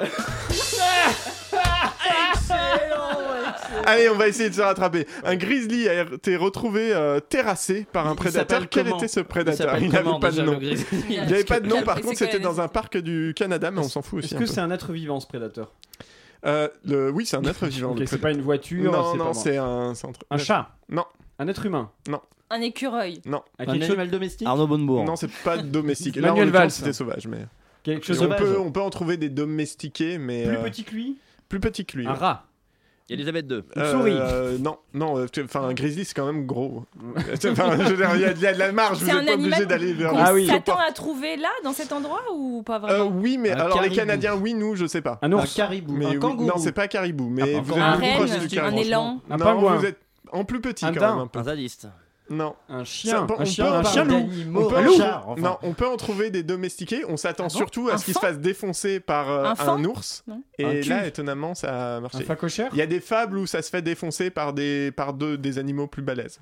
[SPEAKER 1] Allez, on va essayer de se rattraper. Un grizzly a été retrouvé euh, terrassé par un
[SPEAKER 2] Il
[SPEAKER 1] prédateur.
[SPEAKER 2] s'appelle
[SPEAKER 1] Quel
[SPEAKER 2] comment
[SPEAKER 1] était ce
[SPEAKER 2] Il
[SPEAKER 1] prédateur
[SPEAKER 2] s'appelle
[SPEAKER 1] Il n'avait
[SPEAKER 2] comment,
[SPEAKER 1] pas de
[SPEAKER 2] déjà, le
[SPEAKER 1] nom.
[SPEAKER 2] Grizzly
[SPEAKER 1] Il n'y avait pas de nom, par
[SPEAKER 3] Et
[SPEAKER 1] contre,
[SPEAKER 3] c'est
[SPEAKER 1] c'était
[SPEAKER 3] quoi la
[SPEAKER 1] dans un parc du Canada, mais on s'en fout aussi.
[SPEAKER 10] Est-ce
[SPEAKER 1] un
[SPEAKER 10] que
[SPEAKER 1] peu.
[SPEAKER 10] c'est un être vivant ce prédateur
[SPEAKER 1] Euh, le- Oui, c'est un être vivant.
[SPEAKER 10] Ok,
[SPEAKER 1] le
[SPEAKER 10] c'est
[SPEAKER 1] prédateur.
[SPEAKER 10] pas une voiture,
[SPEAKER 1] Non,
[SPEAKER 10] c'est pas
[SPEAKER 1] non,
[SPEAKER 10] mort.
[SPEAKER 1] c'est un. c'est entre-
[SPEAKER 10] Un chat
[SPEAKER 1] Non.
[SPEAKER 10] Un être humain
[SPEAKER 3] Un écureuil.
[SPEAKER 1] Non,
[SPEAKER 10] Ah,
[SPEAKER 2] Un
[SPEAKER 10] quelque chose-
[SPEAKER 2] animal domestique
[SPEAKER 16] Arnaud Bonnebourg.
[SPEAKER 1] non, c'est pas domestique. Là, en
[SPEAKER 10] Manuel
[SPEAKER 1] l'occurrence,
[SPEAKER 10] Valls.
[SPEAKER 1] C'était sauvage, mais.
[SPEAKER 10] Quelque
[SPEAKER 1] Et
[SPEAKER 10] chose
[SPEAKER 1] on
[SPEAKER 10] sauvage.
[SPEAKER 1] peut, on peut en trouver des domestiqués, mais
[SPEAKER 10] Plus
[SPEAKER 1] euh,
[SPEAKER 10] petit que lui
[SPEAKER 1] plus petit que lui.
[SPEAKER 10] Un rat.
[SPEAKER 16] Elisabeth II.
[SPEAKER 10] Une
[SPEAKER 1] Euh,
[SPEAKER 10] souris.
[SPEAKER 1] euh, Non, non. euh, Enfin, un grizzly, c'est quand même gros. Enfin, je veux dire, il y, a- il y a de la marge. Vous
[SPEAKER 3] C'est
[SPEAKER 1] êtes
[SPEAKER 3] un
[SPEAKER 1] pas obligé
[SPEAKER 3] animal
[SPEAKER 1] d'aller vers.
[SPEAKER 3] qu'on
[SPEAKER 10] Ah oui.
[SPEAKER 3] s'attend à trouver là, dans cet endroit, ou pas
[SPEAKER 1] Euh,
[SPEAKER 3] vraiment
[SPEAKER 1] oui, mais
[SPEAKER 2] Un
[SPEAKER 1] alors les
[SPEAKER 2] caribou.
[SPEAKER 1] Canadiens, oui, nous, je sais pas.
[SPEAKER 10] Un
[SPEAKER 2] Un
[SPEAKER 10] ours.
[SPEAKER 2] caribou,
[SPEAKER 1] Mais
[SPEAKER 2] un
[SPEAKER 1] oui-
[SPEAKER 2] kangourou.
[SPEAKER 1] Non, c'est pas caribou, mais
[SPEAKER 16] Ah,
[SPEAKER 1] vous
[SPEAKER 16] un
[SPEAKER 1] êtes
[SPEAKER 3] Un
[SPEAKER 1] plus
[SPEAKER 3] renne,
[SPEAKER 1] proche du
[SPEAKER 3] un
[SPEAKER 1] caribou.
[SPEAKER 3] élan.
[SPEAKER 10] Un
[SPEAKER 1] non,
[SPEAKER 10] pingouin.
[SPEAKER 1] vous êtes en plus petit
[SPEAKER 10] Un
[SPEAKER 1] quand
[SPEAKER 10] daim.
[SPEAKER 1] même un peu.
[SPEAKER 16] Un zadiste.
[SPEAKER 1] Non.
[SPEAKER 10] Un chien.
[SPEAKER 1] Ça, on
[SPEAKER 10] Un chien,
[SPEAKER 1] peut
[SPEAKER 10] un
[SPEAKER 1] parler
[SPEAKER 10] chien loup.
[SPEAKER 1] On
[SPEAKER 2] d'animaux,
[SPEAKER 1] peut,
[SPEAKER 2] un
[SPEAKER 1] en-
[SPEAKER 2] char, enfin.
[SPEAKER 1] non, on peut en trouver des domestiqués. On s'attend surtout à
[SPEAKER 3] Un
[SPEAKER 1] ce qu'ils se
[SPEAKER 3] faon
[SPEAKER 1] fassent défoncer par euh,
[SPEAKER 3] Un
[SPEAKER 1] un,
[SPEAKER 3] faon
[SPEAKER 1] ours.
[SPEAKER 3] Non.
[SPEAKER 10] Un
[SPEAKER 1] Et
[SPEAKER 10] cul.
[SPEAKER 1] là, étonnamment, ça a
[SPEAKER 10] Un
[SPEAKER 1] marché.
[SPEAKER 10] facochère
[SPEAKER 1] Il y a des fables où ça se fait défoncer par des, par deux, des animaux plus balèzes.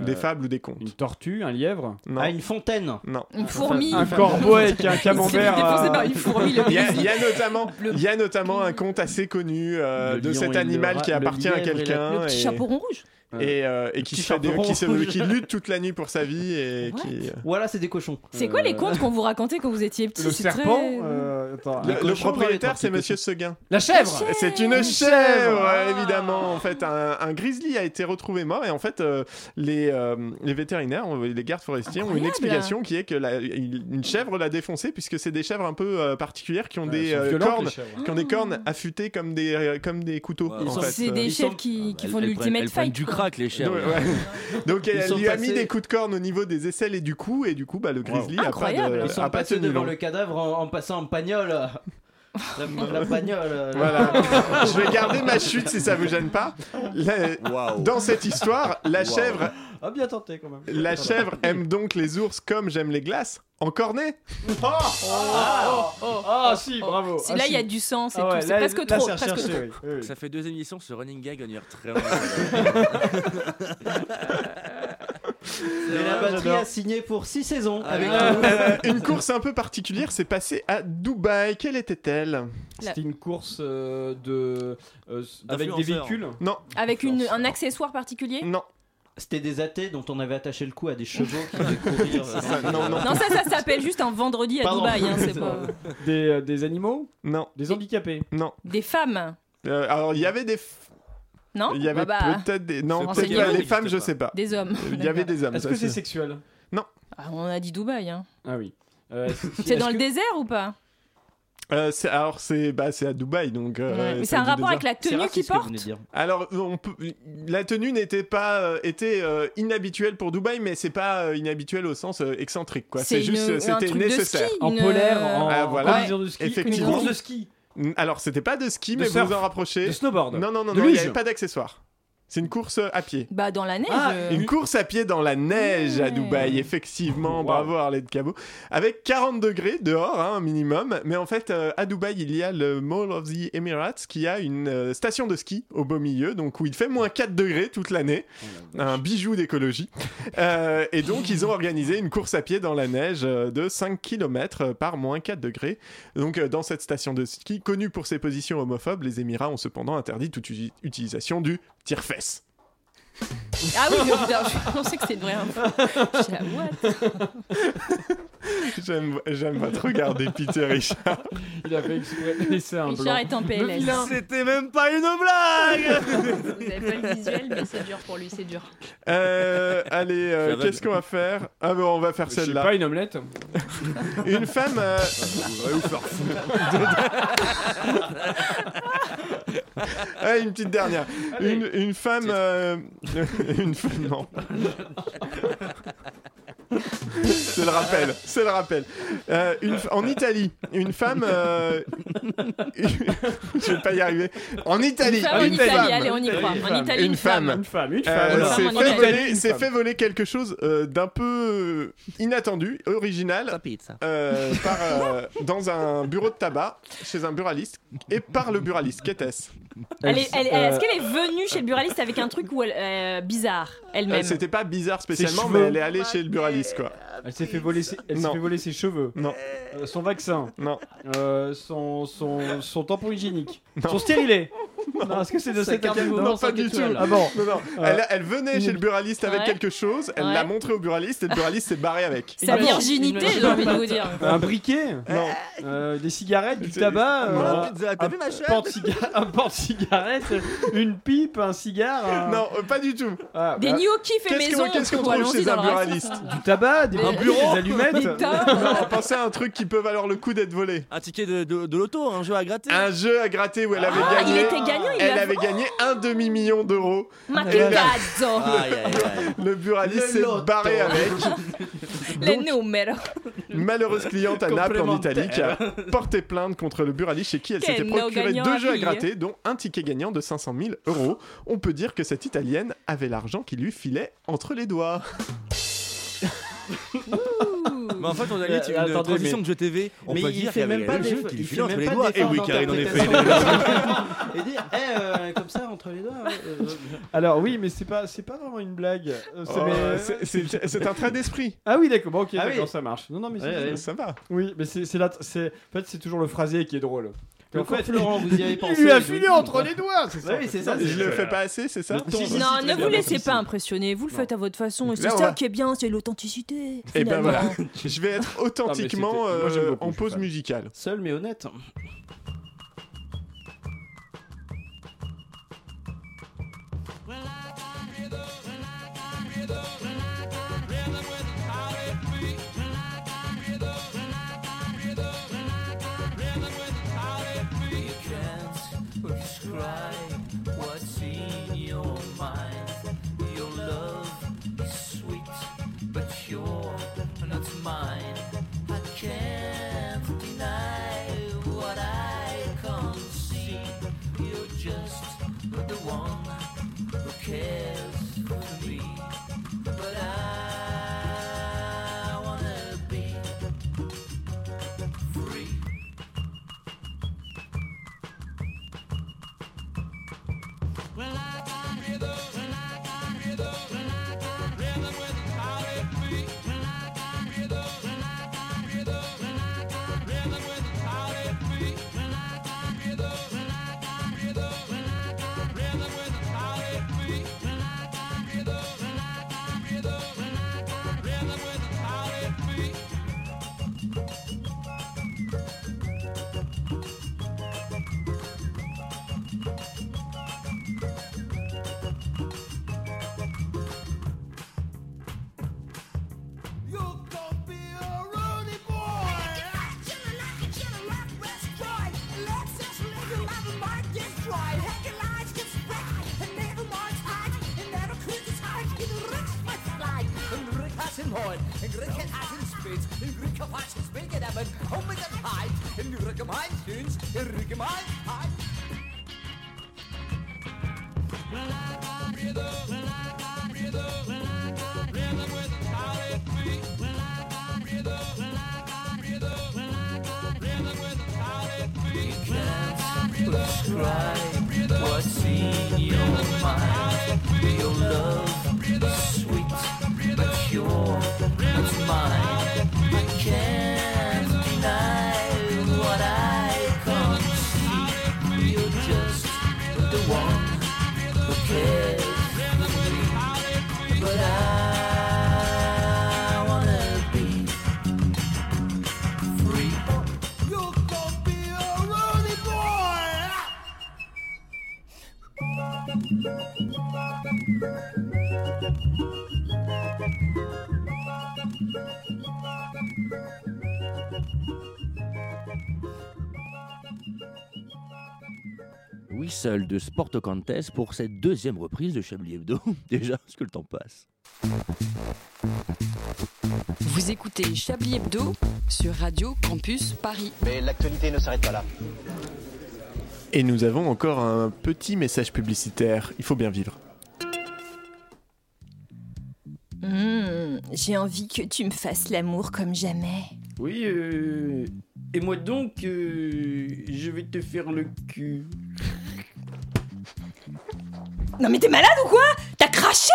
[SPEAKER 1] Des
[SPEAKER 10] Euh,
[SPEAKER 1] fables ou des
[SPEAKER 10] Une
[SPEAKER 1] contes.
[SPEAKER 10] tortue, un lièvre
[SPEAKER 1] Non.
[SPEAKER 2] Ah, une fontaine.
[SPEAKER 1] Non.
[SPEAKER 3] Une fourmi.
[SPEAKER 10] Un corbeau avec un
[SPEAKER 3] Il s'est fait
[SPEAKER 10] camembert.
[SPEAKER 3] défoncer
[SPEAKER 13] euh,
[SPEAKER 10] à-
[SPEAKER 3] par une fourmi, le
[SPEAKER 1] Il y, a,
[SPEAKER 3] bise.
[SPEAKER 1] il y a notamment,
[SPEAKER 3] Le-
[SPEAKER 1] il y a notamment un conte assez connu euh,
[SPEAKER 2] Le
[SPEAKER 1] de
[SPEAKER 2] lion
[SPEAKER 1] cet
[SPEAKER 2] et le
[SPEAKER 1] animal
[SPEAKER 2] rat-
[SPEAKER 1] qui
[SPEAKER 2] le
[SPEAKER 1] apparèt à
[SPEAKER 2] lièvre et la-
[SPEAKER 1] quelqu'un.
[SPEAKER 3] Le petit
[SPEAKER 1] et-
[SPEAKER 3] chaperon rouge.
[SPEAKER 1] et, euh, et qui,
[SPEAKER 2] Petit
[SPEAKER 1] se fait dé-
[SPEAKER 2] chaperon.
[SPEAKER 1] qui, se- qui lutte toute la nuit pour sa vie et qui.
[SPEAKER 2] Voilà, c'est des cochons. Euh,
[SPEAKER 3] C'est quoi les contes qu'on vous racontait quand vous étiez petit
[SPEAKER 10] Le
[SPEAKER 3] C'est
[SPEAKER 10] serpent
[SPEAKER 3] très-
[SPEAKER 10] euh,
[SPEAKER 13] attends,
[SPEAKER 1] Le,
[SPEAKER 13] un
[SPEAKER 1] le
[SPEAKER 13] cochon doit
[SPEAKER 1] propriétaire,
[SPEAKER 13] être
[SPEAKER 1] c'est
[SPEAKER 13] articulé.
[SPEAKER 1] Monsieur Seguin.
[SPEAKER 13] La chèvre
[SPEAKER 1] C'est une chèvre,
[SPEAKER 13] Ah.
[SPEAKER 1] évidemment. En fait, un, un grizzly a été retrouvé mort et en fait, euh, les, euh, les vétérinaires, euh, les gardes forestiers ont une
[SPEAKER 14] Incroyable.
[SPEAKER 1] explication qui est que la- il- une chèvre l'a défoncé puisque c'est des chèvres un peu euh, particulières qui ont
[SPEAKER 13] Ouais,
[SPEAKER 1] des
[SPEAKER 13] elles sont
[SPEAKER 1] euh,
[SPEAKER 13] violentes, les
[SPEAKER 1] cornes,
[SPEAKER 13] chèvres.
[SPEAKER 1] qui ont des cornes affûtées comme des euh, comme des couteaux.
[SPEAKER 3] Ils
[SPEAKER 1] en
[SPEAKER 3] sont-
[SPEAKER 1] fait.
[SPEAKER 3] Mm. c'est des
[SPEAKER 1] Euh,
[SPEAKER 3] chèvres qui, qui font l'ultimate fight. quoi.
[SPEAKER 1] Donc, ouais. Donc
[SPEAKER 13] Ils
[SPEAKER 1] elle
[SPEAKER 13] sont
[SPEAKER 1] lui a mis
[SPEAKER 13] passés-
[SPEAKER 1] des coups de corne au niveau des aisselles et du cou et du coup bah le grizzly a pas de,
[SPEAKER 2] Ils sont
[SPEAKER 1] a pas
[SPEAKER 2] passés
[SPEAKER 1] tenu
[SPEAKER 2] devant
[SPEAKER 1] long.
[SPEAKER 2] le cadavre en, en passant en pagnole. La, la pagnole. euh,
[SPEAKER 1] Voilà. Je vais garder ma chute si ça vous gêne pas. La- Dans cette histoire, la chèvre,
[SPEAKER 13] Ah, bien tenté quand même.
[SPEAKER 1] la chèvre aime donc les ours comme j'aime les glaces. En cornet
[SPEAKER 13] Ah, ah, si, bravo.
[SPEAKER 3] C'est- là, il y a du sens et
[SPEAKER 13] Ah ouais,
[SPEAKER 3] tout. C'est
[SPEAKER 13] là,
[SPEAKER 3] presque
[SPEAKER 13] là,
[SPEAKER 3] trop.
[SPEAKER 13] c'est
[SPEAKER 3] presque
[SPEAKER 13] recherché,
[SPEAKER 3] trop.
[SPEAKER 13] oui. Oui, oui.
[SPEAKER 14] Ça fait deux émissions, ce running gag, on y retrait.
[SPEAKER 2] Mais la
[SPEAKER 14] vrai,
[SPEAKER 2] batterie
[SPEAKER 14] j'adore.
[SPEAKER 2] a signé pour 6 saisons.
[SPEAKER 1] Avec
[SPEAKER 2] Avec
[SPEAKER 1] Ah, euh, une course un peu particulière s'est passée à Dubaï. Quelle était-elle
[SPEAKER 13] C'était une course euh, de euh, s- avec des
[SPEAKER 1] D'influenceurs.
[SPEAKER 13] véhicules.
[SPEAKER 1] Non.
[SPEAKER 3] Avec une, un accessoire particulier
[SPEAKER 1] Non.
[SPEAKER 2] C'était des athées dont on avait attaché le cou à des chevaux qui devaient courir. euh,
[SPEAKER 3] Non, ça, ça s'appelle juste un vendredi à
[SPEAKER 2] Pardon.
[SPEAKER 3] Dubaï. hein, c'est pas-
[SPEAKER 13] Des, euh, des animaux
[SPEAKER 1] Non.
[SPEAKER 13] Des handicapés
[SPEAKER 1] Non.
[SPEAKER 3] Des femmes,
[SPEAKER 1] Euh, alors il y avait des, f-
[SPEAKER 3] non
[SPEAKER 1] il y avait
[SPEAKER 3] Bah, bah,
[SPEAKER 1] peut-être des, non
[SPEAKER 3] C'est
[SPEAKER 1] peut-être
[SPEAKER 3] pas
[SPEAKER 1] pas,
[SPEAKER 3] des
[SPEAKER 1] les femmes, je sais pas.
[SPEAKER 3] Des hommes.
[SPEAKER 1] Il y avait des hommes.
[SPEAKER 13] Est-ce
[SPEAKER 1] ça,
[SPEAKER 13] que c'est sexuel
[SPEAKER 3] Ah, on a dit Dubaï. hein.
[SPEAKER 13] Ah oui. Euh,
[SPEAKER 3] C'est dans
[SPEAKER 13] est-ce que-
[SPEAKER 3] le désert ou pas
[SPEAKER 1] Euh, c'est- alors c'est bah, c'est à Dubaï donc. euh,
[SPEAKER 3] Ouais, mais
[SPEAKER 1] ça
[SPEAKER 3] c'est un
[SPEAKER 1] dit
[SPEAKER 3] rapport
[SPEAKER 1] déjà.
[SPEAKER 3] avec la tenue C'est raciste qu'il ce que vous porte venez de dire.
[SPEAKER 1] Alors on peut- la tenue n'était pas euh, était euh, inhabituelle pour Dubaï mais c'est pas euh, inhabituel au sens euh, excentrique quoi.
[SPEAKER 13] C'est
[SPEAKER 1] C'est juste
[SPEAKER 13] une-
[SPEAKER 1] euh,
[SPEAKER 13] un
[SPEAKER 1] c'était
[SPEAKER 13] truc de
[SPEAKER 1] nécessaire.
[SPEAKER 13] ski, En une- euh, polaire, en-
[SPEAKER 1] Ah,
[SPEAKER 13] en
[SPEAKER 1] voilà.
[SPEAKER 13] combinaison de ski, une
[SPEAKER 1] Effectivement.
[SPEAKER 13] course de ski.
[SPEAKER 1] Mm, Alors c'était pas de ski
[SPEAKER 13] De
[SPEAKER 1] mais
[SPEAKER 13] surf.
[SPEAKER 1] vous vous en rapprochez.
[SPEAKER 13] De snowboard.
[SPEAKER 1] Non non non
[SPEAKER 13] De
[SPEAKER 1] non, il n'y
[SPEAKER 13] luge.
[SPEAKER 1] avait pas d'accessoires. C'est une course euh, à pied.
[SPEAKER 3] Bah, dans la neige. euh.
[SPEAKER 1] Ah, Une course à pied dans la neige à Dubaï, effectivement. Bravo Arlette Cabot. Avec 40 degrés dehors, hein, un minimum. Mais en fait, euh, à Dubaï, il y a le Mall of the Emirates qui a une euh, station de ski au beau milieu, donc où il fait moins 4 degrés toute l'année. un bijou d'écologie. Euh, et donc, ils ont organisé une course à pied dans la neige euh, de 5 km par moins 4 degrés. Donc, euh, dans cette station de ski, connue pour ses positions homophobes, les Émirats ont cependant interdit toute usi- utilisation du tire-fesse.
[SPEAKER 3] Ah oui, mais putain, je pensais que c'était hein. une vraie info. J'étais là, what
[SPEAKER 1] J'aime, j'aime votre regard dépité, Richard.
[SPEAKER 13] Il a fait exprès de laisser un
[SPEAKER 3] Richard est en
[SPEAKER 13] Le
[SPEAKER 3] PLS.
[SPEAKER 13] vilain.
[SPEAKER 14] C'était même pas une blague
[SPEAKER 11] Vous avez pas le visuel, mais c'est dur pour lui, c'est dur.
[SPEAKER 1] Euh, allez, euh,
[SPEAKER 13] Ça va,
[SPEAKER 1] qu'est-ce
[SPEAKER 13] mais-
[SPEAKER 1] qu'on va faire Ah bon, on va faire
[SPEAKER 13] Je sais
[SPEAKER 1] celle-là.
[SPEAKER 13] pas, une omelette
[SPEAKER 1] Une femme. euh, Ah, une petite dernière. Une, une femme. euh, Une femme. Non. C'est le rappel. C'est le rappel. Euh, une f- En Italie, une femme. euh, Je vais pas y arriver. En Italie.
[SPEAKER 3] Une femme en
[SPEAKER 1] une
[SPEAKER 3] Italie,
[SPEAKER 1] femme.
[SPEAKER 3] allez, on y croit. En
[SPEAKER 1] Une
[SPEAKER 3] Italie, une
[SPEAKER 1] femme.
[SPEAKER 3] femme.
[SPEAKER 13] femme,
[SPEAKER 3] Une
[SPEAKER 13] Euh,
[SPEAKER 1] une
[SPEAKER 13] femme.
[SPEAKER 1] s'est
[SPEAKER 13] Une femme en
[SPEAKER 1] Euh, fait
[SPEAKER 13] Italie,
[SPEAKER 1] voler-
[SPEAKER 13] une
[SPEAKER 1] s'est
[SPEAKER 13] femme.
[SPEAKER 1] fait voler quelque chose euh, d'un peu euh, inattendu, original, euh, par, euh, dans un bureau de tabac, chez un buraliste, et par le buraliste. Qu'était-ce
[SPEAKER 3] Elle est- elle- elle- Est-ce qu'elle est venue chez le buraliste avec un truc où elle, euh, bizarre
[SPEAKER 1] Euh,
[SPEAKER 3] elle-même
[SPEAKER 1] C'était pas bizarre spécialement,
[SPEAKER 13] cheveux.
[SPEAKER 1] mais elle est allée
[SPEAKER 13] Oh
[SPEAKER 1] chez le buraliste, quoi.
[SPEAKER 13] Elle s'est fait voler ses, elle s'est fait voler ses cheveux. Euh,
[SPEAKER 1] Non.
[SPEAKER 13] son vaccin. Euh,
[SPEAKER 1] Non.
[SPEAKER 13] son, son, son tampon hygiénique.
[SPEAKER 1] Non.
[SPEAKER 13] Son stérilet. Non, est-ce que c'est de
[SPEAKER 1] Ça
[SPEAKER 13] cette
[SPEAKER 1] garde
[SPEAKER 13] catégorie
[SPEAKER 1] non, pas du tout.
[SPEAKER 13] Ah bon
[SPEAKER 1] Non, non.
[SPEAKER 13] Euh,
[SPEAKER 1] Elle, elle venait chez le buraliste avec
[SPEAKER 13] Ouais.
[SPEAKER 1] quelque chose, elle
[SPEAKER 13] Ouais.
[SPEAKER 1] l'a montré au buraliste et le buraliste s'est barré avec.
[SPEAKER 3] Sa virginité, j'ai envie de vous dire.
[SPEAKER 13] Un briquet Non. des cigarettes, du tabac,
[SPEAKER 1] Non.
[SPEAKER 13] euh,
[SPEAKER 1] Une pizza, t'as vu ma chatte
[SPEAKER 13] porte ciga- un porte-cigarette, une pipe, un cigare. un-
[SPEAKER 1] Non, euh, pas du tout.
[SPEAKER 13] Ah, bah,
[SPEAKER 3] Des gnocchis faits
[SPEAKER 1] Qu'est-ce
[SPEAKER 3] maison.
[SPEAKER 1] qu'on qu'est-ce qu'on
[SPEAKER 3] ou
[SPEAKER 1] trouve
[SPEAKER 3] allons-y
[SPEAKER 1] chez
[SPEAKER 3] dans
[SPEAKER 1] un
[SPEAKER 3] le
[SPEAKER 1] buraliste
[SPEAKER 3] restaurant.
[SPEAKER 13] Du tabac, des
[SPEAKER 3] Mais-
[SPEAKER 13] un bureau, des
[SPEAKER 3] Des
[SPEAKER 13] allumettes.
[SPEAKER 3] tomes.
[SPEAKER 1] Non, pensez à un truc qui peut valoir le coup d'être volé.
[SPEAKER 14] Un ticket de, de, de loto, un jeu à gratter.
[SPEAKER 1] Un jeu à gratter où elle avait
[SPEAKER 14] Ah,
[SPEAKER 1] gagné.
[SPEAKER 14] il était gagnant, il
[SPEAKER 1] elle
[SPEAKER 14] a-
[SPEAKER 1] avait gagné un demi-million d'euros.
[SPEAKER 3] Ma
[SPEAKER 1] Et la-
[SPEAKER 3] cazzo.
[SPEAKER 14] Aïe, aïe, aïe.
[SPEAKER 1] Le buraliste
[SPEAKER 14] Le
[SPEAKER 1] s'est
[SPEAKER 14] loto.
[SPEAKER 1] barré avec.
[SPEAKER 3] Les numero.
[SPEAKER 1] Une malheureuse cliente à Naples en Italie qui a porté plainte contre le buraliste chez qui elle
[SPEAKER 3] Quel
[SPEAKER 1] s'était procuré
[SPEAKER 3] no-gagnant
[SPEAKER 1] deux jeux à
[SPEAKER 3] habillé.
[SPEAKER 1] gratter, dont un ticket gagnant de 500 000 euros. On peut dire que cette Italienne avait l'argent qui lui filait entre les doigts.
[SPEAKER 14] Mais en fait, on a limite
[SPEAKER 13] Euh, attendez,
[SPEAKER 14] une transition
[SPEAKER 13] mais-
[SPEAKER 14] de jeu TV. On
[SPEAKER 13] mais
[SPEAKER 14] peut
[SPEAKER 13] il
[SPEAKER 14] dire
[SPEAKER 13] fait
[SPEAKER 14] qu'il y
[SPEAKER 13] même
[SPEAKER 14] avait
[SPEAKER 13] pas
[SPEAKER 14] le
[SPEAKER 13] des-
[SPEAKER 14] jeu qui
[SPEAKER 13] il
[SPEAKER 14] lui
[SPEAKER 13] fait
[SPEAKER 14] filait entre
[SPEAKER 13] même
[SPEAKER 14] les
[SPEAKER 13] pas
[SPEAKER 14] doigts. Et
[SPEAKER 13] d'effort
[SPEAKER 14] oui, Karine, en effet.
[SPEAKER 2] Et dire, eh, euh, comme ça, entre les doigts. euh,
[SPEAKER 13] Alors oui, mais c'est pas, c'est pas vraiment une blague. Euh, c'est-
[SPEAKER 1] Oh,
[SPEAKER 13] mais-
[SPEAKER 1] c'est- c'est- c'est un trait d'esprit.
[SPEAKER 13] Ah oui, d'accord. Bon, ok,
[SPEAKER 1] Ah oui.
[SPEAKER 13] d'accord, ça marche. Non, non, mais c'est-
[SPEAKER 1] Ça va.
[SPEAKER 13] Oui, mais c'est, c'est la- c'est- en fait, c'est toujours le phrasé qui est drôle.
[SPEAKER 2] Le
[SPEAKER 10] En fait,
[SPEAKER 2] con Florent, vous y avez pensé.
[SPEAKER 14] lui a
[SPEAKER 2] je-
[SPEAKER 14] filé entre les
[SPEAKER 1] Ah,
[SPEAKER 14] doigts, c'est ça
[SPEAKER 2] Oui, c'est ça.
[SPEAKER 1] Je le fais pas assez, c'est ça
[SPEAKER 17] Non, ne vous laissez pas impressionner, vous le faites à votre façon. Et c'est
[SPEAKER 1] Là, on
[SPEAKER 17] ça
[SPEAKER 1] va-
[SPEAKER 17] qui est bien, c'est l'authenticité.
[SPEAKER 1] Et ben
[SPEAKER 17] finalement.
[SPEAKER 1] voilà, je vais être authentiquement
[SPEAKER 10] Ah, mais c'était- moi, j'aime
[SPEAKER 1] euh,
[SPEAKER 10] beaucoup,
[SPEAKER 1] en
[SPEAKER 10] je suis
[SPEAKER 1] pause
[SPEAKER 10] fan.
[SPEAKER 1] musicale.
[SPEAKER 2] Seul mais honnête.
[SPEAKER 11] You can't prescribe what's in your mind. Your love is sweet, but you're not mine. I can't deny what I can't see. You're just the one who cares for me. But I wanna be free.
[SPEAKER 15] Subscribe.
[SPEAKER 11] What's in your mind? Your love is sweet, but you're not mine. I can't deny what I can't see. You're just the one who cares for me. But I wanna be free. You're gonna be a Rudy boy.
[SPEAKER 16] Whistle de Sportocantes pour cette deuxième reprise de Chablis Hebdo. Déjà, parce que le temps passe.
[SPEAKER 9] Vous écoutez Chablis Hebdo sur Radio Campus Paris.
[SPEAKER 18] Mais l'actualité ne s'arrête pas là.
[SPEAKER 1] Et nous avons encore un petit message publicitaire, il faut bien vivre.
[SPEAKER 3] Mmh, J'ai envie que tu me fasses l'amour comme jamais.
[SPEAKER 13] Oui, euh, et moi donc, euh, je vais te faire le cul.
[SPEAKER 3] Non mais t'es malade ou quoi T'as craché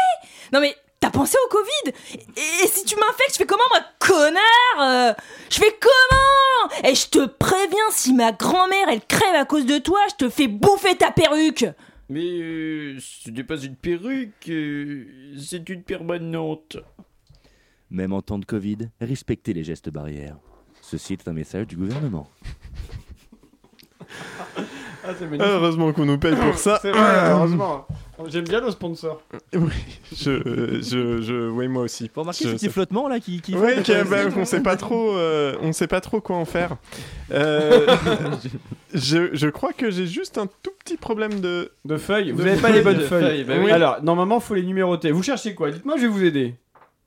[SPEAKER 3] Non mais t'as pensé au Covid et, et si tu m'infectes, je fais comment moi, connard euh Je fais comment Et je te préviens, si ma grand-mère elle crève à cause de toi, je te fais bouffer ta perruque
[SPEAKER 13] Mais euh, ce n'est pas une perruque, euh, c'est une permanente.
[SPEAKER 16] Même en temps de Covid, respectez les gestes barrières. Ceci est un message du gouvernement.
[SPEAKER 10] Ah, c'est magnifique.
[SPEAKER 1] Heureusement qu'on nous paye pour ça.
[SPEAKER 10] C'est vrai,
[SPEAKER 1] hein.
[SPEAKER 10] heureusement. J'aime bien nos sponsors.
[SPEAKER 1] Oui, je, je, je- oui, moi aussi. Pour
[SPEAKER 14] remarquez ce petit flottement là qui. qui
[SPEAKER 1] Ouais,
[SPEAKER 14] flotte
[SPEAKER 1] que-
[SPEAKER 14] dans
[SPEAKER 1] bah,
[SPEAKER 14] les airs.
[SPEAKER 1] on sait pas trop, euh, on sait pas trop quoi en faire. Euh, je, je crois que j'ai juste un tout petit problème de
[SPEAKER 10] de feuilles. Vous
[SPEAKER 1] de
[SPEAKER 10] n'avez pas les bonnes
[SPEAKER 1] de bah
[SPEAKER 10] feuilles.
[SPEAKER 1] Oui.
[SPEAKER 10] Alors, normalement, faut les numéroter. Vous cherchez quoi Dites-moi, je vais vous aider.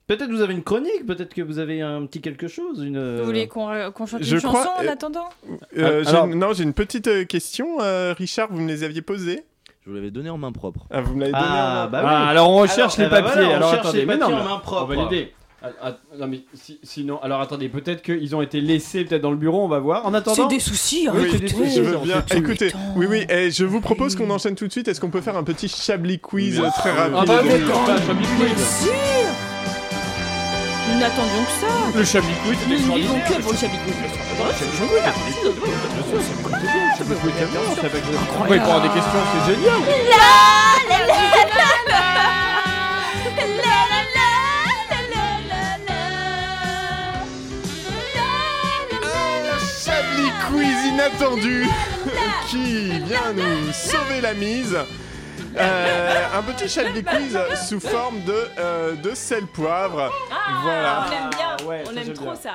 [SPEAKER 2] Peut-être vous avez une chronique, peut-être que vous avez un petit quelque chose, une.
[SPEAKER 17] Vous voulez qu'on euh, qu'on chante
[SPEAKER 1] je
[SPEAKER 17] une
[SPEAKER 1] crois-
[SPEAKER 17] chanson en
[SPEAKER 1] euh,
[SPEAKER 17] attendant
[SPEAKER 1] Euh,
[SPEAKER 10] Ah, Alors-
[SPEAKER 1] j'ai une- non, j'ai une petite euh, question, euh, Richard. Vous me les aviez posées.
[SPEAKER 16] Je vous l'avais donné en main propre.
[SPEAKER 1] Ah, vous me l'avez donné.
[SPEAKER 10] Ah,
[SPEAKER 1] en-
[SPEAKER 10] bah oui. Ah, alors on recherche les papiers. alors attendez, mais non, mais
[SPEAKER 2] en main
[SPEAKER 10] on va
[SPEAKER 2] propre.
[SPEAKER 10] l'aider. Ah, ah, non mais si- sinon, alors attendez, peut-être qu'ils ont été laissés peut-être dans le bureau, on va voir. En attendant,
[SPEAKER 1] C'est des
[SPEAKER 17] soucis,
[SPEAKER 10] Oui, c'est des
[SPEAKER 1] écoutez,
[SPEAKER 10] soucis, hein.
[SPEAKER 1] je veux
[SPEAKER 10] on
[SPEAKER 1] bien.
[SPEAKER 10] sait tout.
[SPEAKER 1] Écoutez, oui, oui, et je vous propose qu'on enchaîne tout de suite. Est-ce qu'on peut faire un petit Chablis quiz euh, très rapide
[SPEAKER 10] Ah bah oui,
[SPEAKER 1] Donc,
[SPEAKER 10] on fait un Chablis quiz.
[SPEAKER 17] Sûr Nous n'attendions que ça
[SPEAKER 10] Le Chablis quiz,
[SPEAKER 17] Nous ne vivons que pour le Chablis quiz.
[SPEAKER 10] Pourquoi il prend des questions C'est génial
[SPEAKER 1] Chablis Quiz inattendu qui vient nous sauver la mise. Euh, un petit Chablis Quiz sous forme de, euh, de sel poivre. voilà.
[SPEAKER 17] Ah, On aime
[SPEAKER 2] Ah,
[SPEAKER 17] bien,
[SPEAKER 10] Ah ouais,
[SPEAKER 17] on
[SPEAKER 10] ça,
[SPEAKER 17] aime
[SPEAKER 10] j'aime
[SPEAKER 17] trop
[SPEAKER 10] bien.
[SPEAKER 17] ça.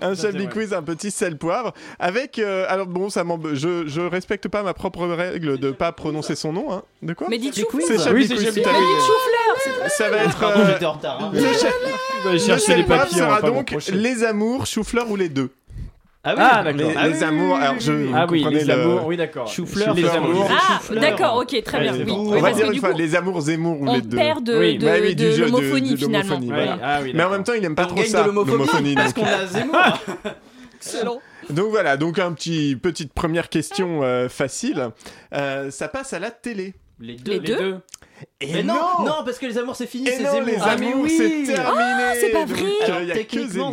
[SPEAKER 1] un
[SPEAKER 10] Ça,
[SPEAKER 1] Chablis
[SPEAKER 10] c'est vrai.
[SPEAKER 1] Quiz, un petit sel poivre. Avec. euh, alors bon, ça m'emb- je, je respecte pas ma propre règle de pas prononcer son nom. hein. De quoi
[SPEAKER 17] Mais dites chou-fleur.
[SPEAKER 1] C'est Chablis
[SPEAKER 10] Oui, c'est
[SPEAKER 1] Quiz,
[SPEAKER 10] Chablis
[SPEAKER 1] tout à
[SPEAKER 10] Quiz.
[SPEAKER 1] fait.
[SPEAKER 2] Ah,
[SPEAKER 17] Choufleur
[SPEAKER 1] Ça va être.
[SPEAKER 10] Pardon,
[SPEAKER 1] euh,
[SPEAKER 10] j'étais en retard. hein.
[SPEAKER 1] le cha-
[SPEAKER 10] Vous allez
[SPEAKER 1] le
[SPEAKER 10] chercher
[SPEAKER 1] sel
[SPEAKER 10] les hein,
[SPEAKER 1] poivre
[SPEAKER 10] papiers. on va
[SPEAKER 1] sera
[SPEAKER 10] pas vous
[SPEAKER 1] donc
[SPEAKER 10] reprocher.
[SPEAKER 1] les amours, chou-fleur ou les deux.
[SPEAKER 10] Ah oui,
[SPEAKER 1] Ah,
[SPEAKER 10] d'accord.
[SPEAKER 1] les-
[SPEAKER 10] Ah
[SPEAKER 1] les
[SPEAKER 10] oui,
[SPEAKER 1] amours, alors, je- vous
[SPEAKER 10] Ah oui,
[SPEAKER 1] comprenez
[SPEAKER 10] les
[SPEAKER 1] le-
[SPEAKER 10] amours, oui, d'accord.
[SPEAKER 1] Chou-fleur,
[SPEAKER 10] les
[SPEAKER 1] fleur,
[SPEAKER 10] amours.
[SPEAKER 1] oui.
[SPEAKER 17] Ah,
[SPEAKER 10] Chou-fleur.
[SPEAKER 17] d'accord, ok, très
[SPEAKER 10] Allez,
[SPEAKER 17] bien.
[SPEAKER 10] c'est
[SPEAKER 17] Oui,
[SPEAKER 10] bon.
[SPEAKER 17] oui,
[SPEAKER 1] On va
[SPEAKER 17] parce
[SPEAKER 1] dire
[SPEAKER 17] que
[SPEAKER 1] une
[SPEAKER 17] du
[SPEAKER 1] fois
[SPEAKER 17] coup,
[SPEAKER 1] les amours Zemmour ou
[SPEAKER 17] on
[SPEAKER 1] les deux.
[SPEAKER 17] perd de-
[SPEAKER 10] Oui. de-
[SPEAKER 1] Bah oui,
[SPEAKER 17] de
[SPEAKER 1] du jeu,
[SPEAKER 17] l'homophonie,
[SPEAKER 1] de l'homophonie,
[SPEAKER 17] finalement.
[SPEAKER 1] voilà.
[SPEAKER 10] Oui, ah oui,
[SPEAKER 1] Mais en
[SPEAKER 10] d'accord.
[SPEAKER 1] même temps, il aime pas
[SPEAKER 2] On
[SPEAKER 1] trop
[SPEAKER 2] gagne
[SPEAKER 1] ça,
[SPEAKER 2] de l'homophobie parce
[SPEAKER 1] donc.
[SPEAKER 2] qu'on a Zemmour.
[SPEAKER 17] Excellent.
[SPEAKER 1] Donc voilà, donc un petit petite première question euh, facile. Euh, ça passe à la télé.
[SPEAKER 10] Les deux.
[SPEAKER 17] Les deux
[SPEAKER 1] Et
[SPEAKER 2] Mais non, non, parce que les amours c'est fini,
[SPEAKER 1] Et
[SPEAKER 2] c'est
[SPEAKER 1] non,
[SPEAKER 2] Zemmour.
[SPEAKER 1] les
[SPEAKER 2] Ah, mais
[SPEAKER 1] amours,
[SPEAKER 2] oui.
[SPEAKER 1] c'est terminé.
[SPEAKER 17] Ah, c'est pas
[SPEAKER 1] Donc,
[SPEAKER 17] vrai.
[SPEAKER 1] euh,
[SPEAKER 2] Alors,
[SPEAKER 1] il y a que
[SPEAKER 2] techniquement,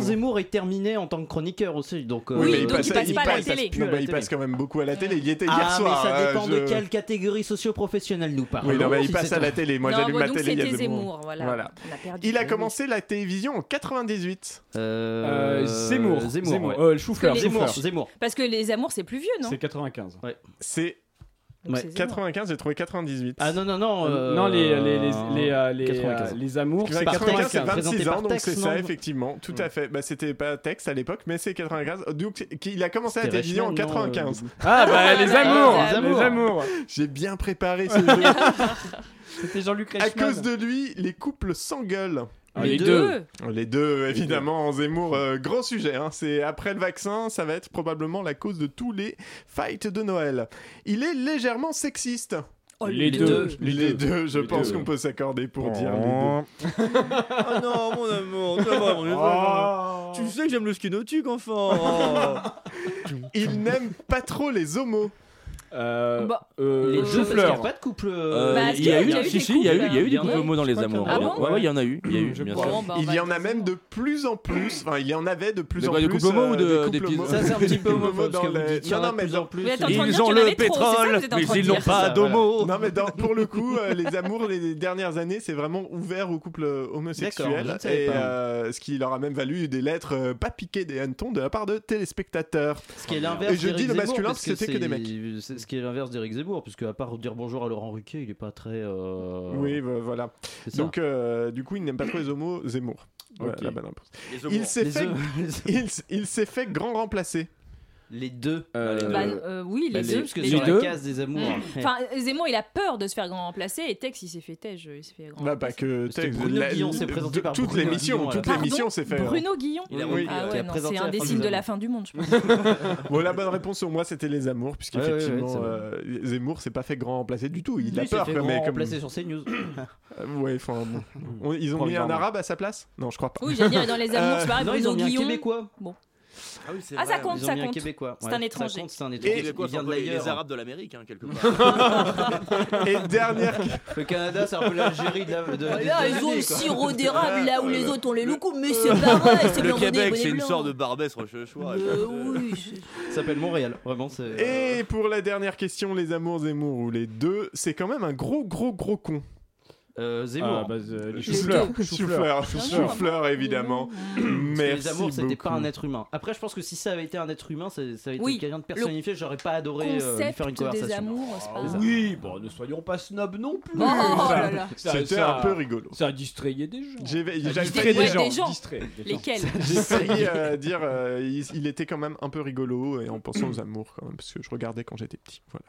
[SPEAKER 1] Zemmour.
[SPEAKER 2] Zemmour est terminé en tant que chroniqueur aussi, donc. euh,
[SPEAKER 1] Oui,
[SPEAKER 17] Oui,
[SPEAKER 1] mais
[SPEAKER 17] donc il passe pas à la télé.
[SPEAKER 1] Non, bah, il passe quand même beaucoup à la télé. Il y était
[SPEAKER 2] Ah,
[SPEAKER 1] hier soir.
[SPEAKER 2] mais ça
[SPEAKER 1] hein,
[SPEAKER 2] dépend
[SPEAKER 1] je-
[SPEAKER 2] de quelle catégorie socio-professionnelle nous parlons.
[SPEAKER 1] Oui, non, bah, il
[SPEAKER 2] si
[SPEAKER 1] passe
[SPEAKER 2] c'est
[SPEAKER 1] à la
[SPEAKER 2] un-
[SPEAKER 1] télé. Moi,
[SPEAKER 17] Non,
[SPEAKER 1] j'allume
[SPEAKER 17] bah,
[SPEAKER 1] ma
[SPEAKER 17] donc
[SPEAKER 1] télé. il y a
[SPEAKER 17] c'était
[SPEAKER 1] Zemmour.
[SPEAKER 17] Zemmour, voilà.
[SPEAKER 1] Voilà.
[SPEAKER 17] On a perdu.
[SPEAKER 1] Il a
[SPEAKER 17] Oui.
[SPEAKER 1] commencé la télévision en 98.
[SPEAKER 10] Euh,
[SPEAKER 2] Euh,
[SPEAKER 10] Zemmour.
[SPEAKER 2] Zemmour,
[SPEAKER 10] Zemmour.
[SPEAKER 2] ouais.
[SPEAKER 10] Euh, le chou-fleur.
[SPEAKER 17] Que les-
[SPEAKER 2] Zemmour,
[SPEAKER 10] chou-fleur.
[SPEAKER 2] Zemmour.
[SPEAKER 17] Parce que les amours, c'est plus vieux, non
[SPEAKER 10] C'est 95.
[SPEAKER 1] C'est
[SPEAKER 17] Donc
[SPEAKER 2] ouais.
[SPEAKER 17] c'est Zemmour.
[SPEAKER 1] 95, j'ai trouvé 98.
[SPEAKER 2] Ah non, non, non. euh,
[SPEAKER 10] Non, les, les, les, les, euh, les, euh,
[SPEAKER 2] 95.
[SPEAKER 10] les amours,
[SPEAKER 1] C'est
[SPEAKER 10] c'est
[SPEAKER 1] 95, c'est
[SPEAKER 10] 95.
[SPEAKER 1] 26
[SPEAKER 2] présenté
[SPEAKER 1] ans,
[SPEAKER 2] par
[SPEAKER 1] donc
[SPEAKER 2] Tex,
[SPEAKER 1] c'est
[SPEAKER 2] non
[SPEAKER 1] ça, effectivement. Tout à fait. Bah, c'était pas texte à l'époque, mais c'est 95. Donc, il a commencé la
[SPEAKER 2] C'était euh,
[SPEAKER 1] télévision en
[SPEAKER 2] Reichmann, non,
[SPEAKER 1] 95.
[SPEAKER 10] Ah bah les amours,
[SPEAKER 2] Les amours.
[SPEAKER 10] les amours.
[SPEAKER 1] J'ai bien préparé ce jeu.
[SPEAKER 10] C'était Jean-Luc
[SPEAKER 1] À
[SPEAKER 10] Reichmann.
[SPEAKER 1] cause de lui, les couples s'engueulent.
[SPEAKER 10] Ah,
[SPEAKER 17] Les
[SPEAKER 10] les deux.
[SPEAKER 17] deux
[SPEAKER 1] Les deux, évidemment, Zemmour, euh, gros sujet. hein. C'est après le vaccin, ça va être probablement la cause de tous les fights de Noël. Il est légèrement sexiste.
[SPEAKER 17] Oh,
[SPEAKER 10] Les
[SPEAKER 17] les
[SPEAKER 10] deux.
[SPEAKER 17] deux
[SPEAKER 1] Les,
[SPEAKER 10] Les
[SPEAKER 1] deux. je
[SPEAKER 10] Les
[SPEAKER 1] pense
[SPEAKER 10] deux.
[SPEAKER 1] qu'on peut s'accorder pour dire les deux.
[SPEAKER 13] Oh non, mon amour, ça va, mon amour.
[SPEAKER 16] Ah.
[SPEAKER 10] Oh.
[SPEAKER 13] Tu sais que j'aime le skinotuc, enfant.
[SPEAKER 1] Il n'aime pas trop les homos.
[SPEAKER 10] Euh,
[SPEAKER 17] Bah,
[SPEAKER 10] euh,
[SPEAKER 2] Les deux
[SPEAKER 10] chou-fleur.
[SPEAKER 2] fleurs. Il n'y a pas de couple. euh,
[SPEAKER 17] Bah,
[SPEAKER 16] il
[SPEAKER 17] est-ce qu'il
[SPEAKER 16] y a
[SPEAKER 17] y a eu
[SPEAKER 16] eu, si,
[SPEAKER 17] des
[SPEAKER 16] si, il y a eu, il y a eu
[SPEAKER 17] couples,
[SPEAKER 16] des
[SPEAKER 17] euh,
[SPEAKER 16] couples homos dans les
[SPEAKER 2] je crois qu'il y
[SPEAKER 16] amours.
[SPEAKER 2] en a.
[SPEAKER 17] Ah
[SPEAKER 16] Ouais,
[SPEAKER 17] bon
[SPEAKER 16] ouais, il y en a eu, il y a eu,
[SPEAKER 10] Je
[SPEAKER 16] bien
[SPEAKER 10] crois.
[SPEAKER 16] sûr.
[SPEAKER 17] Bon, bah, on
[SPEAKER 1] Il
[SPEAKER 17] va
[SPEAKER 1] y en a
[SPEAKER 17] dire
[SPEAKER 1] même de plus en plus. Enfin, il y en avait de plus
[SPEAKER 16] De
[SPEAKER 1] en
[SPEAKER 16] quoi,
[SPEAKER 1] plus.
[SPEAKER 16] des couples homos ou de-
[SPEAKER 1] euh,
[SPEAKER 16] des
[SPEAKER 1] couples
[SPEAKER 16] petits-
[SPEAKER 1] homos.
[SPEAKER 2] Ça, c'est un
[SPEAKER 1] Des
[SPEAKER 2] petit peu
[SPEAKER 1] couples
[SPEAKER 2] homophobe.
[SPEAKER 1] dans
[SPEAKER 2] parce que vous
[SPEAKER 1] les-
[SPEAKER 2] dites qu'il y
[SPEAKER 1] Non,
[SPEAKER 2] en a
[SPEAKER 1] non,
[SPEAKER 2] de
[SPEAKER 1] mais
[SPEAKER 2] plus en
[SPEAKER 1] dans-
[SPEAKER 2] plus.
[SPEAKER 17] Vous êtes en
[SPEAKER 2] Et-
[SPEAKER 17] train de
[SPEAKER 16] Ils
[SPEAKER 17] dire
[SPEAKER 16] ont
[SPEAKER 17] qu'il y en
[SPEAKER 16] le
[SPEAKER 17] avait trop, c'est ça que
[SPEAKER 16] pétrole,
[SPEAKER 17] vous êtes en
[SPEAKER 16] mais
[SPEAKER 17] train de
[SPEAKER 16] ils n'ont
[SPEAKER 17] dire.
[SPEAKER 16] pas
[SPEAKER 10] ça, voilà.
[SPEAKER 16] d'homo.
[SPEAKER 1] Non mais dans- pour le coup, euh, les amours les dernières années, c'est vraiment ouvert aux couples
[SPEAKER 2] D'accord, je
[SPEAKER 1] homosexuels
[SPEAKER 2] ne savais
[SPEAKER 1] et
[SPEAKER 2] pas.
[SPEAKER 1] euh, ce qui leur a même valu des lettres euh, pas piquées des hannetons de la part de téléspectateurs.
[SPEAKER 2] Ce
[SPEAKER 13] Ah,
[SPEAKER 2] qui est l'inverse.
[SPEAKER 1] Et je
[SPEAKER 2] d'Éric
[SPEAKER 1] dis le
[SPEAKER 2] Zemmour,
[SPEAKER 1] masculin,
[SPEAKER 2] parce
[SPEAKER 1] parce que c'était que des mecs.
[SPEAKER 2] c'est- c'est Ce qui est l'inverse d'Éric Zemmour, puisque à part dire bonjour à Laurent Ruquier, il est pas très. euh,
[SPEAKER 1] Oui, bah, voilà.
[SPEAKER 2] c'est ça.
[SPEAKER 1] Donc euh, du coup, ils n'aiment pas trop les homos, Zemmour. Voilà,
[SPEAKER 10] Ok.
[SPEAKER 1] la bonne réponse. Il s'est
[SPEAKER 2] Les
[SPEAKER 1] fait,
[SPEAKER 2] œufs-
[SPEAKER 1] il, s- il s'est fait grand remplacer.
[SPEAKER 2] Les deux.
[SPEAKER 10] Euh,
[SPEAKER 2] Bah,
[SPEAKER 17] Bah,
[SPEAKER 10] euh,
[SPEAKER 17] euh, oui,
[SPEAKER 2] Bah,
[SPEAKER 17] les
[SPEAKER 2] les-
[SPEAKER 17] deux.
[SPEAKER 2] parce que
[SPEAKER 17] les
[SPEAKER 2] sur
[SPEAKER 17] deux.
[SPEAKER 10] deux.
[SPEAKER 2] la case des amours.
[SPEAKER 17] Mm. Enfin, Zemmour, il a peur de se faire grand remplacer et Tex, il s'est fait têche, euh, il s'est fait grand
[SPEAKER 1] Bah, pas
[SPEAKER 17] remplacer.
[SPEAKER 1] que
[SPEAKER 2] C'était
[SPEAKER 1] texte,
[SPEAKER 2] Bruno Guillon, c'est présenté par
[SPEAKER 1] toute
[SPEAKER 2] Bruno
[SPEAKER 1] l'émission,
[SPEAKER 2] Guillon,
[SPEAKER 1] toute
[SPEAKER 17] alors.
[SPEAKER 1] l'émission s'est fait.
[SPEAKER 17] Bruno Guillon
[SPEAKER 1] Il a
[SPEAKER 2] Oui,
[SPEAKER 17] Ah
[SPEAKER 2] qui a
[SPEAKER 17] ouais, non,
[SPEAKER 2] présenté
[SPEAKER 17] c'est
[SPEAKER 2] la
[SPEAKER 17] un des
[SPEAKER 2] fin
[SPEAKER 17] signes
[SPEAKER 2] des
[SPEAKER 17] de la
[SPEAKER 2] amours.
[SPEAKER 17] fin du monde, je pense.
[SPEAKER 1] Bon, la bonne réponse sur moi, c'était les amours, puisqu'effectivement,
[SPEAKER 2] Ouais, ouais, ouais,
[SPEAKER 1] euh, Zemmour s'est pas fait grand remplacer du tout. Il
[SPEAKER 2] Lui,
[SPEAKER 1] a
[SPEAKER 2] il s'est
[SPEAKER 1] peur,
[SPEAKER 2] fait
[SPEAKER 1] quoi, mais
[SPEAKER 2] grand
[SPEAKER 1] comme.
[SPEAKER 2] remplacer sur CNews.
[SPEAKER 1] Euh, Ouais, enfin bon. On- ils ont mis un
[SPEAKER 10] Provisoirement.
[SPEAKER 1] arabe à sa place Non, je crois pas.
[SPEAKER 17] Oui, j'allais dire, et dans les amours,
[SPEAKER 1] Euh,
[SPEAKER 17] c'est pareil,
[SPEAKER 2] Non, ils ont
[SPEAKER 17] Bruno
[SPEAKER 2] mis un
[SPEAKER 17] Guillon.
[SPEAKER 2] Québécois.
[SPEAKER 13] Ah oui, c'est
[SPEAKER 17] Ah, ça
[SPEAKER 13] vrai,
[SPEAKER 17] compte,
[SPEAKER 2] Ils ont
[SPEAKER 17] ça
[SPEAKER 2] mis un
[SPEAKER 17] compte.
[SPEAKER 2] Québécois.
[SPEAKER 17] C'est
[SPEAKER 2] Ouais,
[SPEAKER 17] un étranger.
[SPEAKER 2] Ça compte, c'est un
[SPEAKER 13] Les
[SPEAKER 2] étranger.
[SPEAKER 13] Québécois
[SPEAKER 2] Il
[SPEAKER 13] sont
[SPEAKER 2] vient
[SPEAKER 13] un
[SPEAKER 2] de
[SPEAKER 13] peu les, les
[SPEAKER 2] l'ailleurs.
[SPEAKER 13] Arabes de l'Amérique, hein, quelque part.
[SPEAKER 1] Et dernière.
[SPEAKER 2] Le Canada, c'est un peu l'Algérie de la. de- des
[SPEAKER 3] Là, Oh, ils ont le
[SPEAKER 2] États-Unis, quoi.
[SPEAKER 3] sirop d'érable là où les autres ont les loucous, mais c'est pas vrai, c'est
[SPEAKER 13] le
[SPEAKER 3] bien
[SPEAKER 13] Québec,
[SPEAKER 3] bonnet,
[SPEAKER 13] c'est une
[SPEAKER 3] bonnet
[SPEAKER 13] sorte de
[SPEAKER 3] blanc.
[SPEAKER 13] Barbès Rochechouart.
[SPEAKER 3] Euh, oui, c'est-
[SPEAKER 2] Ça s'appelle Montréal. Vraiment, c'est.
[SPEAKER 1] Et pour la dernière question, les amours Zemmour ou les deux, c'est quand même un gros, gros, gros con.
[SPEAKER 2] Euh,
[SPEAKER 10] Ah,
[SPEAKER 2] Zemmour.
[SPEAKER 10] bah, euh, les
[SPEAKER 1] Chou-fleur,
[SPEAKER 10] chou-fleurs.
[SPEAKER 1] chou-fleur,
[SPEAKER 17] Chou-fleur.
[SPEAKER 1] chou-fleur, évidemment.
[SPEAKER 17] Ah.
[SPEAKER 2] Parce que
[SPEAKER 1] Merci
[SPEAKER 2] les amours, c'était
[SPEAKER 1] beaucoup.
[SPEAKER 2] pas un être humain. Après, je pense que si ça avait été un être humain, ça, ça avait été
[SPEAKER 17] Oui,
[SPEAKER 2] quelqu'un de personnifié, j'aurais pas adoré euh, lui
[SPEAKER 17] Concept
[SPEAKER 2] faire une
[SPEAKER 17] des
[SPEAKER 2] conversation.
[SPEAKER 17] amours, c'est pas
[SPEAKER 10] Ah, oui, bon, ne soyons pas snobs non plus.
[SPEAKER 17] Oh là
[SPEAKER 10] Ça-
[SPEAKER 17] là.
[SPEAKER 10] ça-
[SPEAKER 1] C'était
[SPEAKER 10] ça-
[SPEAKER 1] un peu rigolo.
[SPEAKER 10] Ça distrayait des gens.
[SPEAKER 1] J'ai j'ai
[SPEAKER 10] Ça
[SPEAKER 1] failli,
[SPEAKER 10] distrayait
[SPEAKER 17] ouais,
[SPEAKER 10] des gens.
[SPEAKER 17] des gens.
[SPEAKER 10] Distrait, des gens.
[SPEAKER 17] Lesquels
[SPEAKER 1] j'ai failli, euh, dire, euh, il, il était quand même un peu rigolo et en pensant aux amours quand même, parce que je regardais quand j'étais petit. Voilà.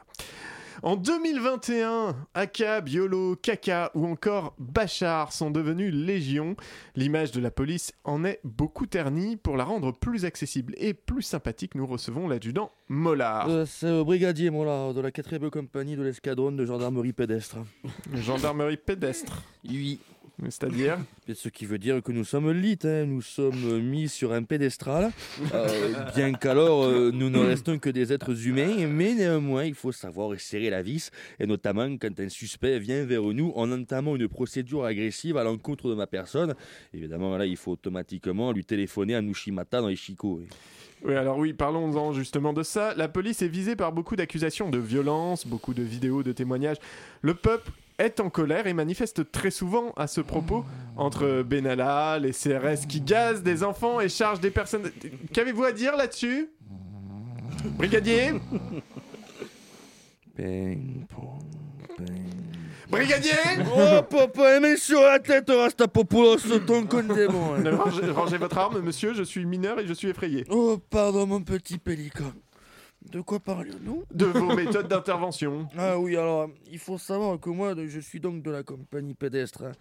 [SPEAKER 1] En 2021, Aka, Biolo, Kaka ou encore Bachar sont devenus légion. L'image de la police en est beaucoup ternie. Pour la rendre plus accessible et plus sympathique, nous recevons l'adjudant Mollard.
[SPEAKER 14] Euh, C'est au brigadier, moi, là, de la 4ème compagnie de l'escadronne de gendarmerie pédestre.
[SPEAKER 1] Gendarmerie pédestre.
[SPEAKER 14] Oui.
[SPEAKER 1] C'est-à-dire
[SPEAKER 14] Et ce qui veut dire que nous sommes lit, hein, nous sommes euh, mis sur un pédestral. Euh, bien qu'alors, euh, nous ne restons que des êtres humains, mais néanmoins, il faut savoir serrer la vis. Et notamment, quand un suspect vient vers nous en entamant une procédure agressive à l'encontre de ma personne, évidemment, là, il faut automatiquement lui téléphoner à Nushimata dans les chicots.
[SPEAKER 1] Oui, alors oui, parlons-en justement de ça. La police est visée par beaucoup d'accusations de violence, beaucoup de vidéos, de témoignages. Le peuple est en colère et manifeste très souvent à ce propos entre Benalla, les CRS qui gazent des enfants et chargent des personnes. Qu'avez-vous à dire là-dessus Brigadier
[SPEAKER 14] Ping, pong, ping.
[SPEAKER 1] Brigadier
[SPEAKER 14] Oh papa, mets sur la tête, Rastapopoulos, ton con de démon hein.
[SPEAKER 1] rangez, rangez votre arme, monsieur, je suis mineur et je suis effrayé.
[SPEAKER 14] Oh pardon mon petit pélican. De quoi parlions-nous
[SPEAKER 1] De vos méthodes d'intervention.
[SPEAKER 14] Ah oui, alors, il faut savoir que moi, je suis donc de la compagnie pédestre. hein.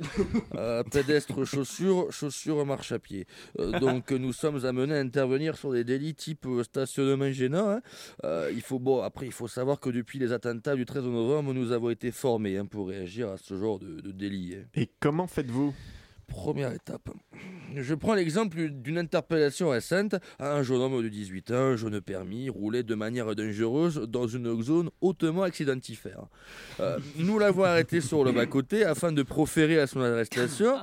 [SPEAKER 14] Euh, pédestre chaussures, chaussures marche à pied. Euh, donc, nous sommes amenés à intervenir sur des délits type euh, stationnement gênant. hein. Euh, il faut, bon, après, il faut savoir que depuis les attentats du 13 novembre, nous avons été formés hein, pour réagir à ce genre de, de délit. hein.
[SPEAKER 1] Et comment faites-vous
[SPEAKER 14] Première étape. Je prends l'exemple d'une interpellation récente à un jeune homme de 18 ans, jaune permis, roulé de manière dangereuse dans une zone hautement accidentifère. Euh, nous l'avons arrêté sur le bas-côté afin de proférer à son arrestation.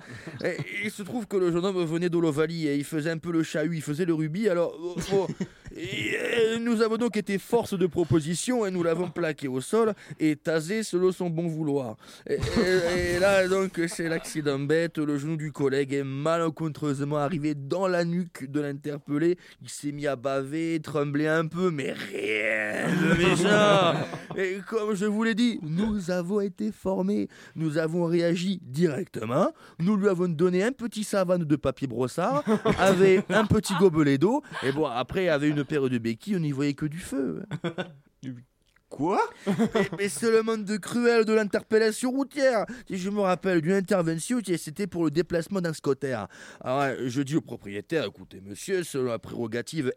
[SPEAKER 14] Et il se trouve que le jeune homme venait d'Olovalie et il faisait un peu le chahut, il faisait le rubis. Alors, oh, bon, bon, et, euh, nous avons donc été force de proposition et nous l'avons plaqué au sol et tasé selon son bon vouloir. Et, et- et là, donc, c'est l'accident bête. Le genou du collègue est malencontreusement arrivé dans la nuque de l'interpellé. Il s'est mis à baver, trembler un peu, mais rien de méchant. Et comme je vous l'ai dit, nous avons été formés. Nous avons réagi directement. Nous lui avons donné un petit savane de papier brossard, avait un petit gobelet d'eau. Et bon, après, avait une paire de béquilles. On n'y voyait que du feu. Quoi mais, mais c'est le monde de cruel de l'interpellation routière. Si je me rappelle d'une intervention, qui- c'était pour le déplacement d'un scotter. Alors, euh, je dis au propriétaire, écoutez monsieur, selon la prérogative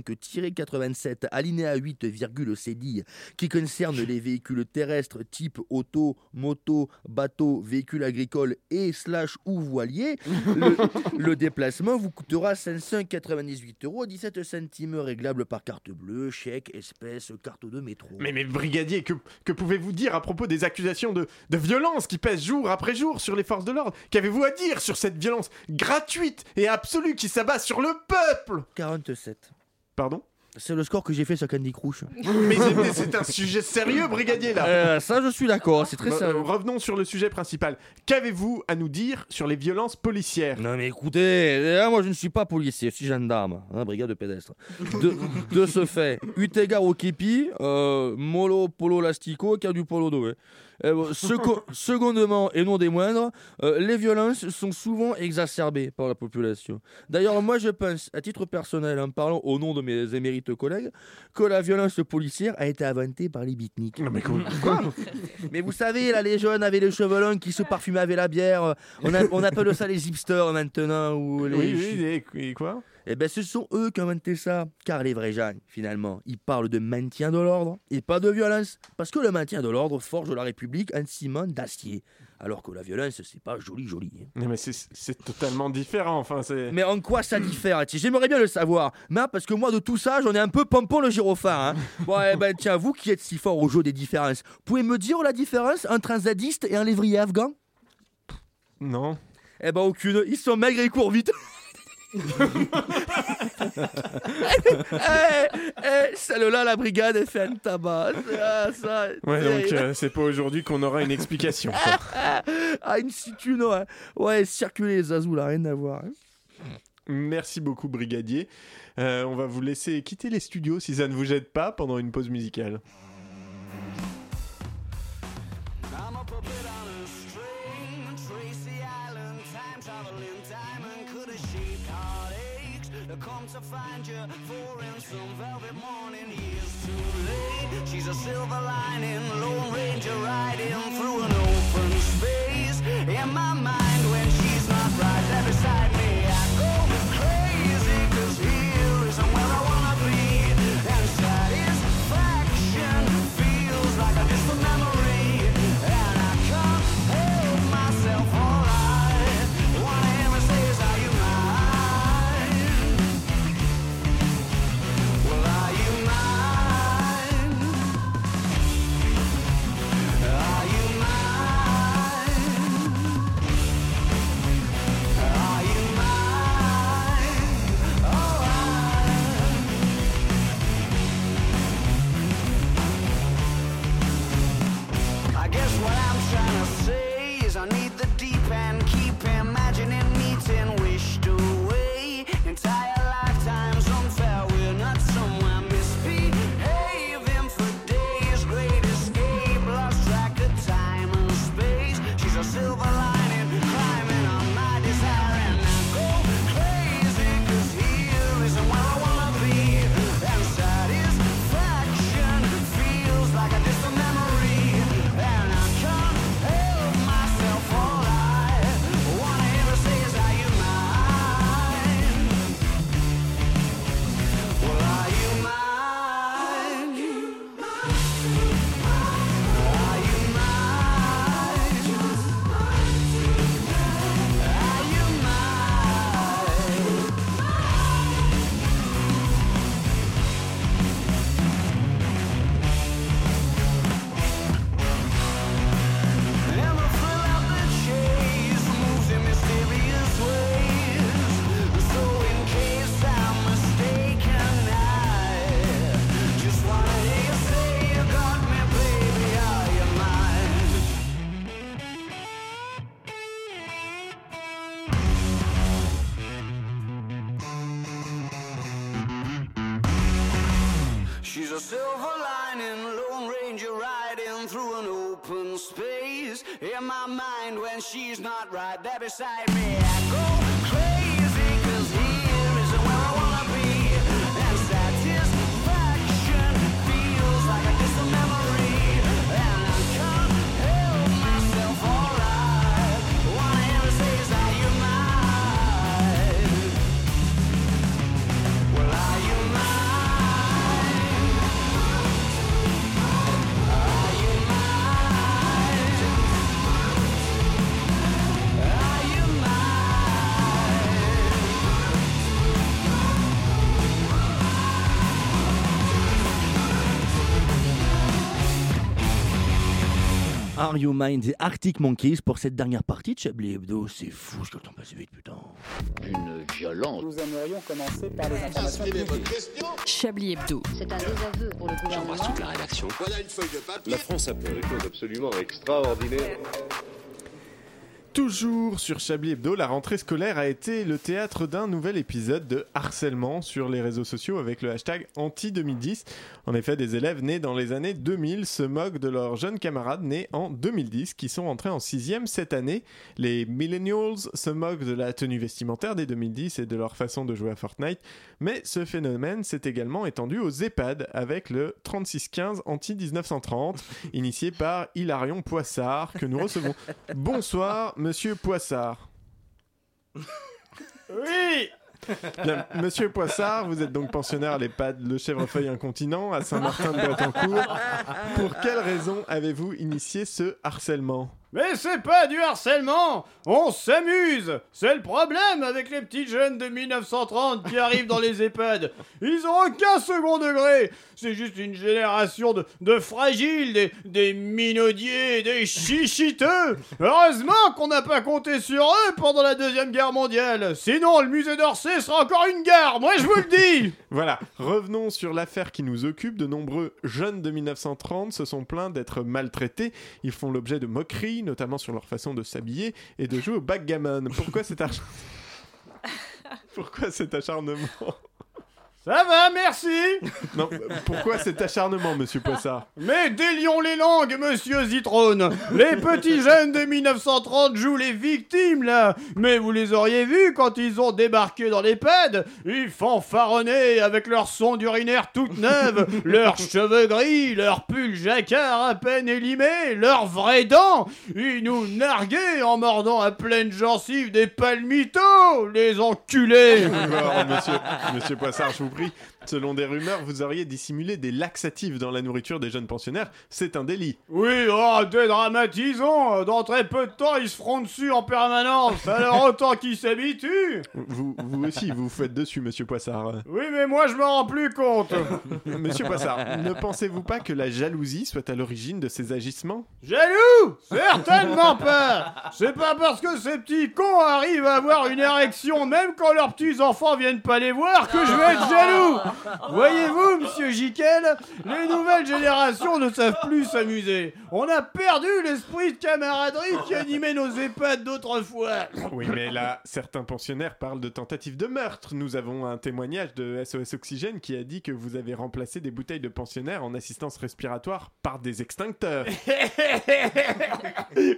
[SPEAKER 14] L545-87 alinéa 8,cdille, qui concerne les véhicules terrestres type auto, moto, bateau, véhicule agricole et slash ou voilier, le, le déplacement vous coûtera 598 euros 17 centimes, réglable par carte bleue, chèque, espèce, carte de métro.
[SPEAKER 1] Mais, mais brigadier, que, que pouvez-vous dire à propos des accusations de, de violence qui pèsent jour après jour sur les forces de l'ordre Qu'avez-vous à dire sur cette violence gratuite et absolue qui s'abat sur le peuple
[SPEAKER 14] 47.
[SPEAKER 1] Pardon
[SPEAKER 14] C'est le score que j'ai fait sur Candy Crush.
[SPEAKER 1] Mais c'est- mais c'est un sujet sérieux, brigadier, là
[SPEAKER 14] Euh, ça, je suis d'accord, c'est très
[SPEAKER 1] Bah,
[SPEAKER 14] sérieux.
[SPEAKER 1] euh, Revenons sur le sujet principal. Qu'avez-vous à nous dire sur les violences policières
[SPEAKER 14] Non mais écoutez, euh, moi je ne suis pas policier, je suis gendarme, hein, brigade pédestre. De, de ce fait, eu égard au képi, euh, mollo polo lastico, car du polo dos. hein. Euh, bon, seco- secondement, et non des moindres, euh, les violences sont souvent exacerbées par la population. D'ailleurs, moi je pense, à titre personnel, en parlant au nom de mes émérites collègues, que la violence policière a été inventée par les beatniks.
[SPEAKER 1] mais
[SPEAKER 14] Mais vous savez, là, les jeunes avaient les cheveux longs qui se parfumaient avec la bière. On, a- on appelle ça les hipsters maintenant. Ou les...
[SPEAKER 1] Oui, oui, et, et quoi
[SPEAKER 14] Eh ben, ce sont eux qui ont inventé ça. Car les vrais jeunes, finalement, ils parlent de maintien de l'ordre et pas de violence. Parce que le maintien de l'ordre forge la République un ciment d'acier. Alors que la violence, c'est pas joli, joli. hein.
[SPEAKER 1] Non, mais c'est- c'est totalement différent, enfin, c'est...
[SPEAKER 14] Mais en quoi ça diffère tiens, J'aimerais bien le savoir. Mais hein, parce que moi, de tout ça, j'en ai un peu pompon le gyrophare. Hein. Bon, eh ben, tiens, vous qui êtes si fort au jeu des différences, pouvez me dire la différence entre un zadiste et un lévrier afghan
[SPEAKER 1] Non.
[SPEAKER 14] Eh ben, aucune. Ils sont maigres et ils courent vite. Eh, eh, celle-là, la brigade, elle fait un tabac. Ah, ça,
[SPEAKER 1] Ouais, donc
[SPEAKER 14] terrible.
[SPEAKER 1] euh, c'est pas aujourd'hui qu'on aura une explication. quoi.
[SPEAKER 14] Ah, une situ, non. hein. Ouais, circuler les azous, là, rien à voir. hein.
[SPEAKER 1] Merci beaucoup, brigadier. Euh, on va vous laisser quitter les studios si ça ne vous jette pas pendant une pause musicale.
[SPEAKER 11] I'm a puppet on a string, Tracy Island, time traveling diamond, could have shaped heartaches. I come to find you for in some velvet morning. Years too late, she's a silver lining, Lone Ranger riding through an open space. In my mind, when she's not right there beside me, I go crazy, cause here isn't where I wanna be. And satisfaction feels like a distant memory. And I can't help myself, alright. Wanna hear me say, is are you mine? Well, are you mine? Are you mine? stranger riding through an open space. In my mind, when she's not right there beside me, I go crazy, cause here is where I wanna be. And satisfaction feels like a distant memory. And I can't help myself, alright. One hand says, Are you mine? Well, are you mine?
[SPEAKER 16] Are You Mind des Arctic Monkeys pour cette dernière partie de Chablis Hebdo. C'est fou ce que le temps passe vite, putain. Une violence.
[SPEAKER 7] Nous aimerions commencer par les informations publiques.
[SPEAKER 9] Chablis Hebdo.
[SPEAKER 8] C'est un désaveu pour le gouvernement.
[SPEAKER 4] toute la rédaction. Voilà une feuille de papier.
[SPEAKER 5] La France a fait des choses absolument
[SPEAKER 4] extraordinaires.
[SPEAKER 1] Toujours sur Chablis Hebdo, la rentrée scolaire a été le théâtre d'un nouvel épisode de harcèlement sur les réseaux sociaux avec le hashtag anti-2010. En effet, des élèves nés dans les années 2000 se moquent de leurs jeunes camarades nés en 2010 qui sont entrés en 6 cette année. Les millennials se moquent de la tenue vestimentaire des 2010 et de leur façon de jouer à Fortnite. Mais ce phénomène s'est également étendu aux E EHPAD avec le 3615 anti-1930 initié par Hilarion Poissard que nous recevons. Bonsoir, monsieur Poissard.
[SPEAKER 10] Oui
[SPEAKER 1] Bien, Monsieur Poissard, vous êtes donc pensionnaire à l'EHPAD Le Chèvrefeuille Incontinent à Saint-Martin-de-Bretancourt. Pour quelle raison avez-vous initié ce harcèlement
[SPEAKER 10] Mais c'est pas du harcèlement On s'amuse C'est le problème avec les petits jeunes de 1930 qui arrivent dans les EHPAD. Ils ont aucun second degré C'est juste une génération de, de fragiles, des, des minaudiers, des chichiteux Heureusement qu'on n'a pas compté sur eux pendant la Deuxième Guerre mondiale Sinon, le musée d'Orsay sera encore une gare, moi je vous le dis
[SPEAKER 1] Voilà, revenons sur l'affaire qui nous occupe. De nombreux jeunes de 1930 se sont plaints d'être maltraités. Ils font l'objet de moqueries, notamment sur leur façon de s'habiller et de jouer au backgammon. Pourquoi cet, acharn- Pourquoi cet acharnement
[SPEAKER 10] Ça va, merci
[SPEAKER 1] Non, pourquoi cet acharnement, monsieur Poissard
[SPEAKER 10] Mais délions les langues, monsieur Zitrone Les petits jeunes de 1930 jouent les victimes, là Mais vous les auriez vus quand ils ont débarqué dans les pads Ils fanfaronnaient avec leur son d'urinaire toute neuve, leurs cheveux gris, leurs pulls jacquard à peine élimés, leurs vraies dents Ils nous narguaient en mordant à pleine gencive des palmitos, les enculés
[SPEAKER 1] D'accord, Oh, monsieur, monsieur Poissard, je vous prie. Selon des rumeurs, vous auriez dissimulé des laxatifs dans la nourriture des jeunes pensionnaires. C'est un délit.
[SPEAKER 10] Oui, oh, dédramatisons Dans très peu de temps, ils se feront dessus en permanence, alors autant qu'ils s'habituent
[SPEAKER 1] Vous, vous aussi, vous vous faites dessus, monsieur Poissard.
[SPEAKER 10] Oui, mais moi, je m'en rends plus compte
[SPEAKER 1] Monsieur Poissard, ne pensez-vous pas que la jalousie soit à l'origine de ces agissements
[SPEAKER 10] Jaloux Certainement pas C'est pas parce que ces petits cons arrivent à avoir une érection même quand leurs petits-enfants viennent pas les voir que je vais être jaloux Voyez-vous, monsieur Jiquel, les nouvelles générations ne savent plus s'amuser. On a perdu l'esprit de camaraderie qui animait nos EHPAD d'autrefois.
[SPEAKER 1] Oui, mais là, certains pensionnaires parlent de tentative de meurtre. Nous avons un témoignage de SOS Oxygène qui a dit que vous avez remplacé des bouteilles de pensionnaires en assistance respiratoire par des extincteurs.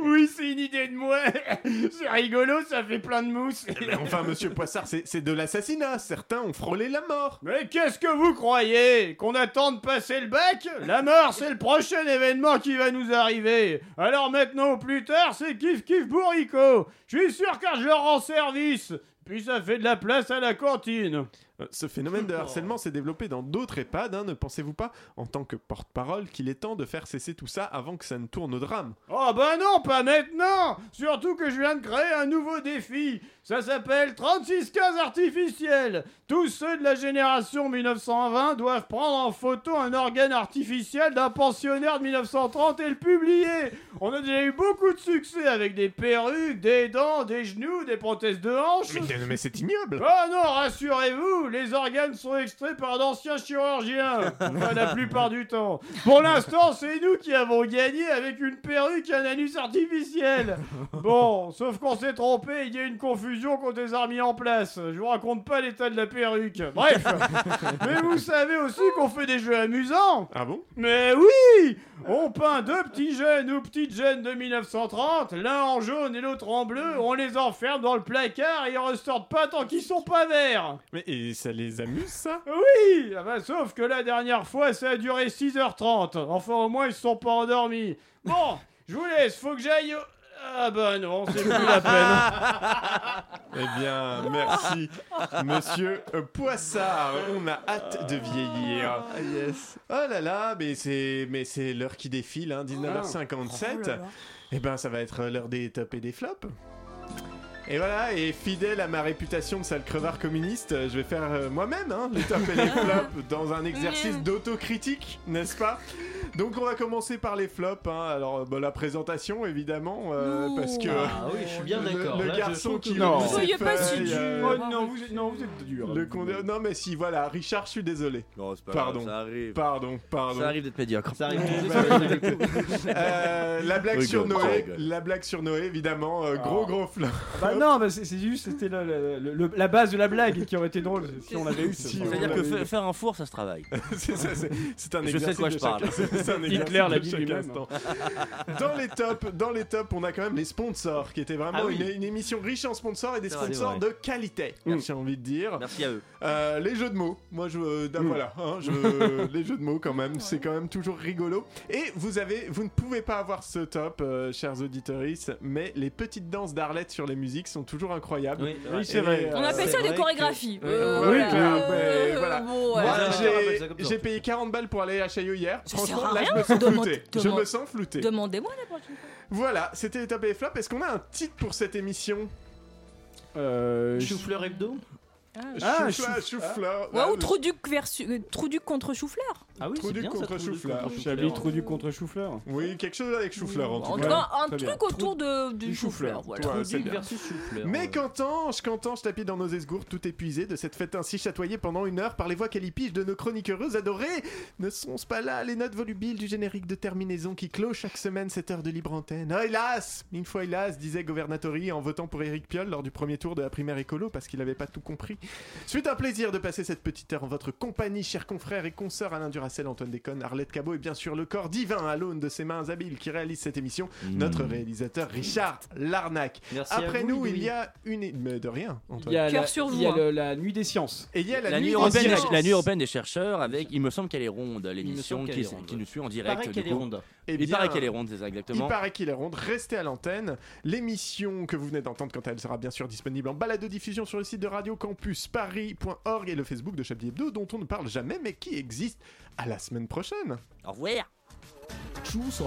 [SPEAKER 10] oui, c'est une idée de moi. C'est rigolo, ça fait plein de mousse.
[SPEAKER 1] Mais Eh ben, enfin, monsieur Poissard, c'est c'est de l'assassinat. Certains ont frôlé la mort.
[SPEAKER 10] Mais qu'est-ce que vous croyez Qu'on attend de passer le bac La mort, c'est le prochain événement qui va nous arriver. Alors maintenant ou plus tard, c'est kiff kiff bourrico. Je suis sûr que je leur rends service. Puis ça fait de la place à la cantine.
[SPEAKER 1] Euh, Ce phénomène de harcèlement s'est développé dans d'autres EHPAD, hein, ne pensez-vous pas, en tant que porte-parole, qu'il est temps de faire cesser tout ça avant que ça ne tourne au drame
[SPEAKER 10] Oh bah non, pas maintenant Surtout que je viens de créer un nouveau défi. Ça s'appelle 3615 artificiel. Tous ceux de la génération 1920 doivent prendre en photo un organe artificiel d'un pensionnaire de 1930 et le publier. On a déjà eu beaucoup de succès avec des perruques, des dents, des genoux, des prothèses de hanches.
[SPEAKER 1] Mais, mais c'est ignoble
[SPEAKER 10] Oh non, rassurez-vous, Rappelons-nous, les organes sont extraits par d'anciens chirurgiens, enfin, la plupart du temps. Pour l'instant, c'est nous qui avons gagné avec une perruque et un anus artificiel. Bon, sauf qu'on s'est trompé, il y a une confusion contre les armées en place. Je vous raconte pas l'état de la perruque. Bref, mais vous savez aussi qu'on fait des jeux amusants.
[SPEAKER 1] Ah bon
[SPEAKER 10] Mais oui On peint deux petits jeunes ou petites jeunes de 1930, l'un en jaune et l'autre en bleu, on les enferme dans le placard et ils ressortent pas tant qu'ils sont pas verts
[SPEAKER 1] Mais et ça les amuse ça
[SPEAKER 10] Oui Ah bah, Sauf que la dernière fois, ça a duré 6h30. Enfin, au moins, ils se sont pas endormis. Bon, je vous laisse, faut que j'aille... au- Ah bah non, c'est plus la peine.
[SPEAKER 1] Eh bien, merci, monsieur euh, Poissard. On a hâte de vieillir.
[SPEAKER 10] Ah, yes.
[SPEAKER 1] Oh là là, mais c'est, mais c'est l'heure qui défile, hein, 19h57.
[SPEAKER 10] Oh là là.
[SPEAKER 1] Eh bien, ça va être l'heure des tops et des flops. Et voilà, et fidèle à ma réputation de sale crevard communiste, euh, je vais faire euh, moi-même hein, les tops et les flops dans un exercice d'autocritique, n'est-ce pas Donc on va commencer par les flops. hein. Alors euh, bah, la présentation évidemment, euh, parce que
[SPEAKER 2] Ah oui, je suis bien
[SPEAKER 1] le-
[SPEAKER 2] d'accord.
[SPEAKER 1] Le,
[SPEAKER 2] Là, je
[SPEAKER 1] garçon
[SPEAKER 2] trouve que
[SPEAKER 1] qui
[SPEAKER 2] non.
[SPEAKER 1] ouvre ses
[SPEAKER 2] Soyez pas si
[SPEAKER 1] feuilles,
[SPEAKER 2] dur.
[SPEAKER 1] euh,
[SPEAKER 10] Oh, non, vous êtes, non, vous êtes dur.
[SPEAKER 1] le condé- Non mais si, voilà, Richard, je suis désolé.
[SPEAKER 14] c'est pas grave,
[SPEAKER 1] pardon.
[SPEAKER 14] ça arrive.
[SPEAKER 1] Pardon, pardon.
[SPEAKER 14] Ça arrive d'être médiocre. Ça arrive.
[SPEAKER 1] Eh ben, euh, la blague
[SPEAKER 14] Rigole,
[SPEAKER 1] sur Noé,
[SPEAKER 14] rigole.
[SPEAKER 1] la blague sur Noé, évidemment,
[SPEAKER 2] Ah.
[SPEAKER 1] euh, gros gros flop.
[SPEAKER 10] Bah non, bah c'est c'est juste c'était la, la- la- la base de la blague qui aurait été drôle si on l'avait eu.
[SPEAKER 1] Si
[SPEAKER 10] on
[SPEAKER 14] C'est-à-dire
[SPEAKER 10] l'avait
[SPEAKER 14] que
[SPEAKER 10] eu.
[SPEAKER 14] fa- faire un four, ça se travaille.
[SPEAKER 1] C'est ça, c'est- c'est un
[SPEAKER 14] Je sais
[SPEAKER 1] exercice
[SPEAKER 14] de quoi je
[SPEAKER 1] chaque-
[SPEAKER 14] parle.
[SPEAKER 1] c'est un exercice
[SPEAKER 10] Hitler l'a
[SPEAKER 1] de
[SPEAKER 10] dit
[SPEAKER 1] chaque
[SPEAKER 10] lui-même.
[SPEAKER 1] instant. Dans les tops, dans les tops, on a quand même les sponsors, qui était vraiment
[SPEAKER 14] Ah oui.
[SPEAKER 1] une, une émission riche en sponsors et des
[SPEAKER 14] C'est vrai,
[SPEAKER 1] sponsors
[SPEAKER 14] c'est
[SPEAKER 1] de
[SPEAKER 14] vrai. Mm.
[SPEAKER 1] qualité. J'ai envie de dire.
[SPEAKER 14] Merci à eux. Mm.
[SPEAKER 1] Euh, les jeux de mots, moi je euh, da- voilà, hein, je- les jeux de mots quand même, c'est quand même toujours rigolo. Et vous avez, vous ne pouvez pas avoir ce top, euh, chers auditeurs, mais les petites danses d'Arlette sur les musiques sont toujours incroyables.
[SPEAKER 10] Oui, Oui, c'est vrai.
[SPEAKER 1] Et, euh,
[SPEAKER 10] On appelle
[SPEAKER 1] c'est
[SPEAKER 10] ça des
[SPEAKER 1] vrai que-
[SPEAKER 10] chorégraphies. Euh,
[SPEAKER 1] Oui,
[SPEAKER 10] voilà.
[SPEAKER 1] clair,
[SPEAKER 10] Euh,
[SPEAKER 1] mais voilà.
[SPEAKER 10] bon,
[SPEAKER 1] Moi,
[SPEAKER 10] ouais. Ouais,
[SPEAKER 1] j'ai-
[SPEAKER 10] on appelle ça comme ça, en
[SPEAKER 1] j'ai
[SPEAKER 10] fait.
[SPEAKER 1] payé 40 balles pour aller à Chaillot hier.
[SPEAKER 10] Ça sert
[SPEAKER 1] Franchement,
[SPEAKER 10] à
[SPEAKER 1] là je
[SPEAKER 10] rien.
[SPEAKER 1] me sens
[SPEAKER 10] Demande-
[SPEAKER 1] flouté. Je
[SPEAKER 10] demande-
[SPEAKER 1] me sens flouté.
[SPEAKER 3] Demandez-moi la prochaine fois.
[SPEAKER 1] Voilà, c'était les top et les flops. Est-ce qu'on a un titre pour cette émission
[SPEAKER 10] Euh,
[SPEAKER 2] Chou-fleur hebdo
[SPEAKER 1] Ah, Chou-fleur, chou- chou-fleur.
[SPEAKER 3] Ouais, ou
[SPEAKER 1] Ouais,
[SPEAKER 3] Trouduc, versus, euh, Trouduc contre Choufleur.
[SPEAKER 10] Ah oui,
[SPEAKER 1] Trou du contre chou-fleur.
[SPEAKER 10] Chablis trou du contre chou-fleur.
[SPEAKER 1] Oui, quelque chose avec chou-fleur en
[SPEAKER 3] En
[SPEAKER 1] tout
[SPEAKER 3] tout
[SPEAKER 1] cas.
[SPEAKER 3] cas, un
[SPEAKER 10] très
[SPEAKER 3] truc
[SPEAKER 10] bien.
[SPEAKER 3] autour de, du Choufleur. Voilà.
[SPEAKER 1] Ouais, c'est bien. Mais qu'entends-je, qu'entends-je tapis dans nos esgourdes tout épuisé de cette fête ainsi chatoyée pendant une heure par les voix calipiges de nos chroniqueuses adorées Ne sont-ce pas là les notes volubiles du générique de terminaison qui clôt chaque semaine cette heure de libre antenne Ah, hélas Une fois hélas, disait Governatori en votant pour Éric Piolle lors du premier tour de la primaire écolo parce qu'il n'avait pas tout compris. Ce fut un plaisir de passer cette petite heure en votre compagnie, chers confrères et consoeurs Alain Duracel, Antoine Déconne, Arlette Cabot et bien sûr le corps divin à l'aune de ses mains habiles qui réalise cette émission, notre réalisateur Richard Larnac.
[SPEAKER 10] Merci à
[SPEAKER 1] Après
[SPEAKER 10] vous,
[SPEAKER 1] nous, il
[SPEAKER 10] Louis.
[SPEAKER 1] y a une. Mais de rien, Antoine.
[SPEAKER 10] Il y a, la, il y a le- la nuit des sciences.
[SPEAKER 1] Et il y a la,
[SPEAKER 14] La nuit,
[SPEAKER 1] des
[SPEAKER 14] européenne des,
[SPEAKER 1] sciences.
[SPEAKER 14] la nuit européenne des chercheurs avec, il me semble qu'elle est ronde, l'émission
[SPEAKER 1] semble
[SPEAKER 14] qui,
[SPEAKER 1] qu'elle est
[SPEAKER 14] est-
[SPEAKER 1] ronde.
[SPEAKER 14] qui nous suit en
[SPEAKER 1] Il
[SPEAKER 14] direct.
[SPEAKER 1] paraît
[SPEAKER 14] du
[SPEAKER 1] qu'elle est
[SPEAKER 14] coup.
[SPEAKER 1] ronde. Eh
[SPEAKER 14] Il
[SPEAKER 1] bien,
[SPEAKER 14] paraît qu'elle est ronde, c'est ça exactement.
[SPEAKER 1] Il paraît qu'il est ronde, restez à l'antenne. L'émission que vous venez d'entendre, quand elle sera bien sûr disponible en balado-diffusion sur le site de Radio Campus Paris.org et le Facebook de Chablis Hebdo, dont on ne parle jamais mais qui existe. À la semaine prochaine.
[SPEAKER 14] Au revoir.
[SPEAKER 1] Tchuss.